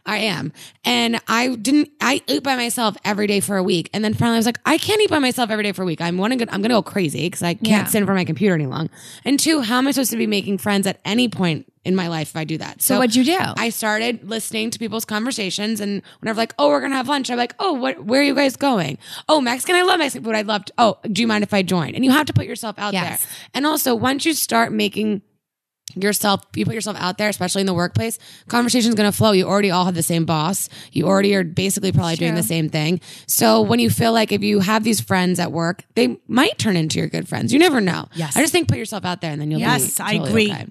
Speaker 3: I am. And I didn't, I ate by myself every day for a week. And then finally I was like, I can't eat by myself every day for a week. I'm one, I'm going to go crazy because I can't
Speaker 1: Yeah.
Speaker 3: sit in front of my computer any long. And two, how am I supposed to be making friends at any point in my life if I do that?
Speaker 1: So what'd you do?
Speaker 3: I started listening to people's conversations and whenever like, oh, we're gonna have lunch, I'm like, oh, what where are you guys going? Oh, Mexican, I love Mexican food. I'd love to oh, do you mind if I join? And you have to put yourself out
Speaker 1: Yes.
Speaker 3: there. And also once you start making yourself you put yourself out there especially in the workplace conversation's going to flow you already all have the same boss you already are basically probably doing the same thing so when you feel like if you have these friends at work they might turn into your good friends you never know
Speaker 2: Yes.
Speaker 3: i just think put yourself out there and then you'll be
Speaker 2: Yes, I
Speaker 3: totally
Speaker 2: agree.
Speaker 3: okay.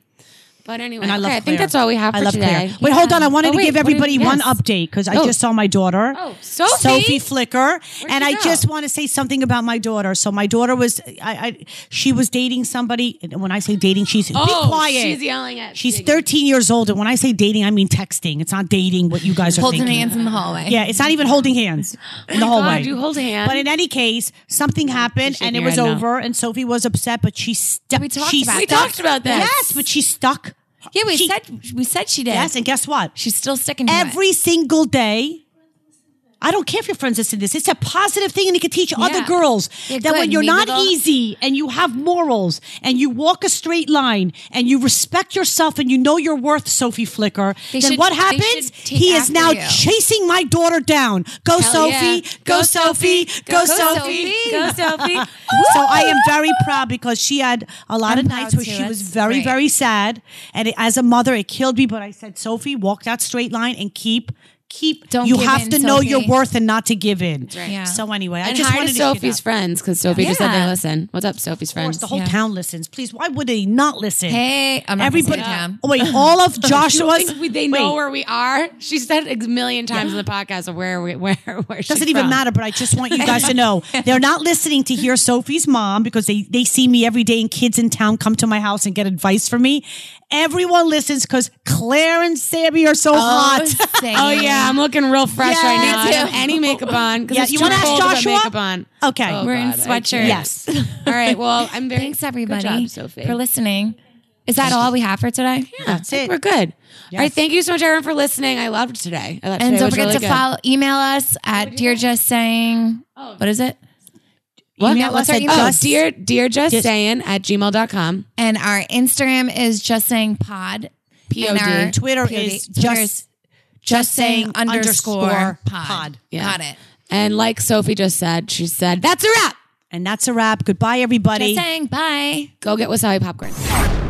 Speaker 3: But anyway,
Speaker 2: And I love
Speaker 3: okay, I think
Speaker 2: Claire.
Speaker 3: that's all we have for
Speaker 2: I love
Speaker 3: today.
Speaker 2: Claire. Wait, hold on. I
Speaker 3: Oh,
Speaker 2: wanted to
Speaker 3: wait,
Speaker 2: give
Speaker 3: what did-
Speaker 2: everybody one
Speaker 3: yes.
Speaker 2: update because I
Speaker 3: Oh.
Speaker 2: just saw my daughter.
Speaker 3: Oh, Sophie?
Speaker 2: Flicker. and
Speaker 3: she
Speaker 2: I
Speaker 3: go?
Speaker 2: just want to say something about my daughter. So my daughter was, I, I she was dating somebody. And when I say dating, she's
Speaker 3: Oh,
Speaker 2: be quiet.
Speaker 3: she's yelling at.
Speaker 2: She's
Speaker 3: Ziggy.
Speaker 2: 13 years old, and when I say dating, I mean texting. It's not dating. What you guys are
Speaker 1: Holding
Speaker 2: thinking.
Speaker 1: hands in the hallway.
Speaker 2: Yeah, it's not even holding hands in the hallway.
Speaker 3: Oh God, you hold hands. Oh,
Speaker 2: But in any case, something happened
Speaker 3: shaking
Speaker 2: and it
Speaker 3: her
Speaker 2: was
Speaker 3: head no.
Speaker 2: over, and Sophie was upset, but she stuck.
Speaker 1: We talked
Speaker 2: she
Speaker 1: about
Speaker 3: we
Speaker 1: that.
Speaker 3: talked about this.
Speaker 2: Yes, but she stuck.
Speaker 1: Yeah, we
Speaker 2: She-
Speaker 1: said we said she did.
Speaker 2: Yes, and guess what?
Speaker 1: She's still sticking to
Speaker 2: Every
Speaker 1: it.
Speaker 2: single day. I don't care if your friends listen to this. It's a positive thing, and it can teach other
Speaker 1: Yeah.
Speaker 2: girls
Speaker 1: Yeah,
Speaker 2: that
Speaker 1: good.
Speaker 2: when you're
Speaker 1: Maybe
Speaker 2: not
Speaker 1: they'll-
Speaker 2: easy and you have morals and you walk a straight line and you respect yourself and you know your worth, Sophie Flicker,
Speaker 1: They
Speaker 2: then
Speaker 1: should-
Speaker 2: what
Speaker 1: they
Speaker 2: happens?
Speaker 1: should take
Speaker 2: He is
Speaker 1: after
Speaker 2: now
Speaker 1: you.
Speaker 2: chasing my daughter down. Go,
Speaker 3: Hell
Speaker 2: Sophie.
Speaker 3: yeah.
Speaker 2: Go, Sophie. Go, Sophie.
Speaker 3: Go Sophie.
Speaker 2: So I am very proud because she had a lot
Speaker 1: I'm
Speaker 2: of
Speaker 1: proud
Speaker 2: nights where
Speaker 1: too.
Speaker 2: she was
Speaker 1: That's
Speaker 2: very,
Speaker 1: great.
Speaker 2: very sad. And it, as a mother, it killed me. But I said, Sophie, walk that straight line and keep, keep.
Speaker 1: Don't
Speaker 2: you
Speaker 1: give
Speaker 2: have
Speaker 1: in,
Speaker 2: to know your
Speaker 1: Sophie.
Speaker 2: worth and not to give in.
Speaker 3: right.
Speaker 1: Yeah.
Speaker 2: So anyway, I
Speaker 3: And
Speaker 2: just
Speaker 3: hi
Speaker 2: wanted
Speaker 3: to
Speaker 2: to share
Speaker 3: Sophie's
Speaker 2: that.
Speaker 3: friends because Sophie just said they
Speaker 1: Yeah.
Speaker 3: listen. What's up, Sophie's
Speaker 2: Of course,
Speaker 3: friends?
Speaker 2: the whole
Speaker 1: Yeah.
Speaker 2: town listens. Please, why would they not listen?
Speaker 1: Hey, I'm not
Speaker 2: everybody.
Speaker 1: everybody. Down.
Speaker 2: Oh, wait, all of
Speaker 3: I
Speaker 2: Joshua's.
Speaker 3: think we- they
Speaker 2: wait,
Speaker 3: know where we are. She said a million times in the podcast of where we, where where she's
Speaker 2: doesn't even
Speaker 3: from.
Speaker 2: matter, but I just want you guys to know they're not listening to hear Sophie's mom because they, they see me every day and kids in town come to my house and get advice from me. Everyone listens because Claire and Sammy are so
Speaker 1: Oh.
Speaker 2: hot.
Speaker 3: Oh yeah, I'm looking real fresh
Speaker 2: Yeah,
Speaker 3: right now.
Speaker 1: me
Speaker 3: I don't
Speaker 1: too.
Speaker 3: have any makeup on because
Speaker 2: Yeah,
Speaker 3: it's
Speaker 2: you
Speaker 3: too
Speaker 2: wanna ask
Speaker 3: cold to put
Speaker 2: Joshua?
Speaker 3: makeup on.
Speaker 2: Okay.
Speaker 1: We're in
Speaker 3: God, I
Speaker 1: sweatshirts.
Speaker 3: can't.
Speaker 2: Yes.
Speaker 3: All right. Well, I'm very
Speaker 1: Thanks
Speaker 3: Good
Speaker 1: everybody
Speaker 3: job, Sophie.
Speaker 1: for listening. Is that all we have for today?
Speaker 3: Yeah, I
Speaker 2: That's
Speaker 3: think
Speaker 2: it.
Speaker 3: We're good. All right. Thank you so much, everyone, for listening. I loved today. I loved today.
Speaker 1: And don't
Speaker 3: It was
Speaker 1: forget
Speaker 3: really
Speaker 1: to
Speaker 3: good.
Speaker 1: follow, email us at dear just saying.
Speaker 2: Oh.
Speaker 1: What is it?
Speaker 3: What?
Speaker 2: Email
Speaker 1: What's
Speaker 2: us
Speaker 1: our
Speaker 2: at
Speaker 1: email?
Speaker 3: Oh,
Speaker 2: just-
Speaker 3: dear, dear, just saying at gmail.com.
Speaker 1: And our Instagram is just saying pod.
Speaker 3: POD.
Speaker 1: And our
Speaker 2: Twitter
Speaker 1: POD.
Speaker 2: is
Speaker 1: Twitter
Speaker 2: just-
Speaker 1: is just saying underscore,
Speaker 2: underscore
Speaker 1: pod.
Speaker 2: pod.
Speaker 3: Yeah.
Speaker 1: Got it.
Speaker 3: And like Sophie just said, she said, that's a wrap.
Speaker 2: And that's a wrap. Goodbye, everybody.
Speaker 1: Just saying. Bye.
Speaker 3: Go get wasabi popcorn.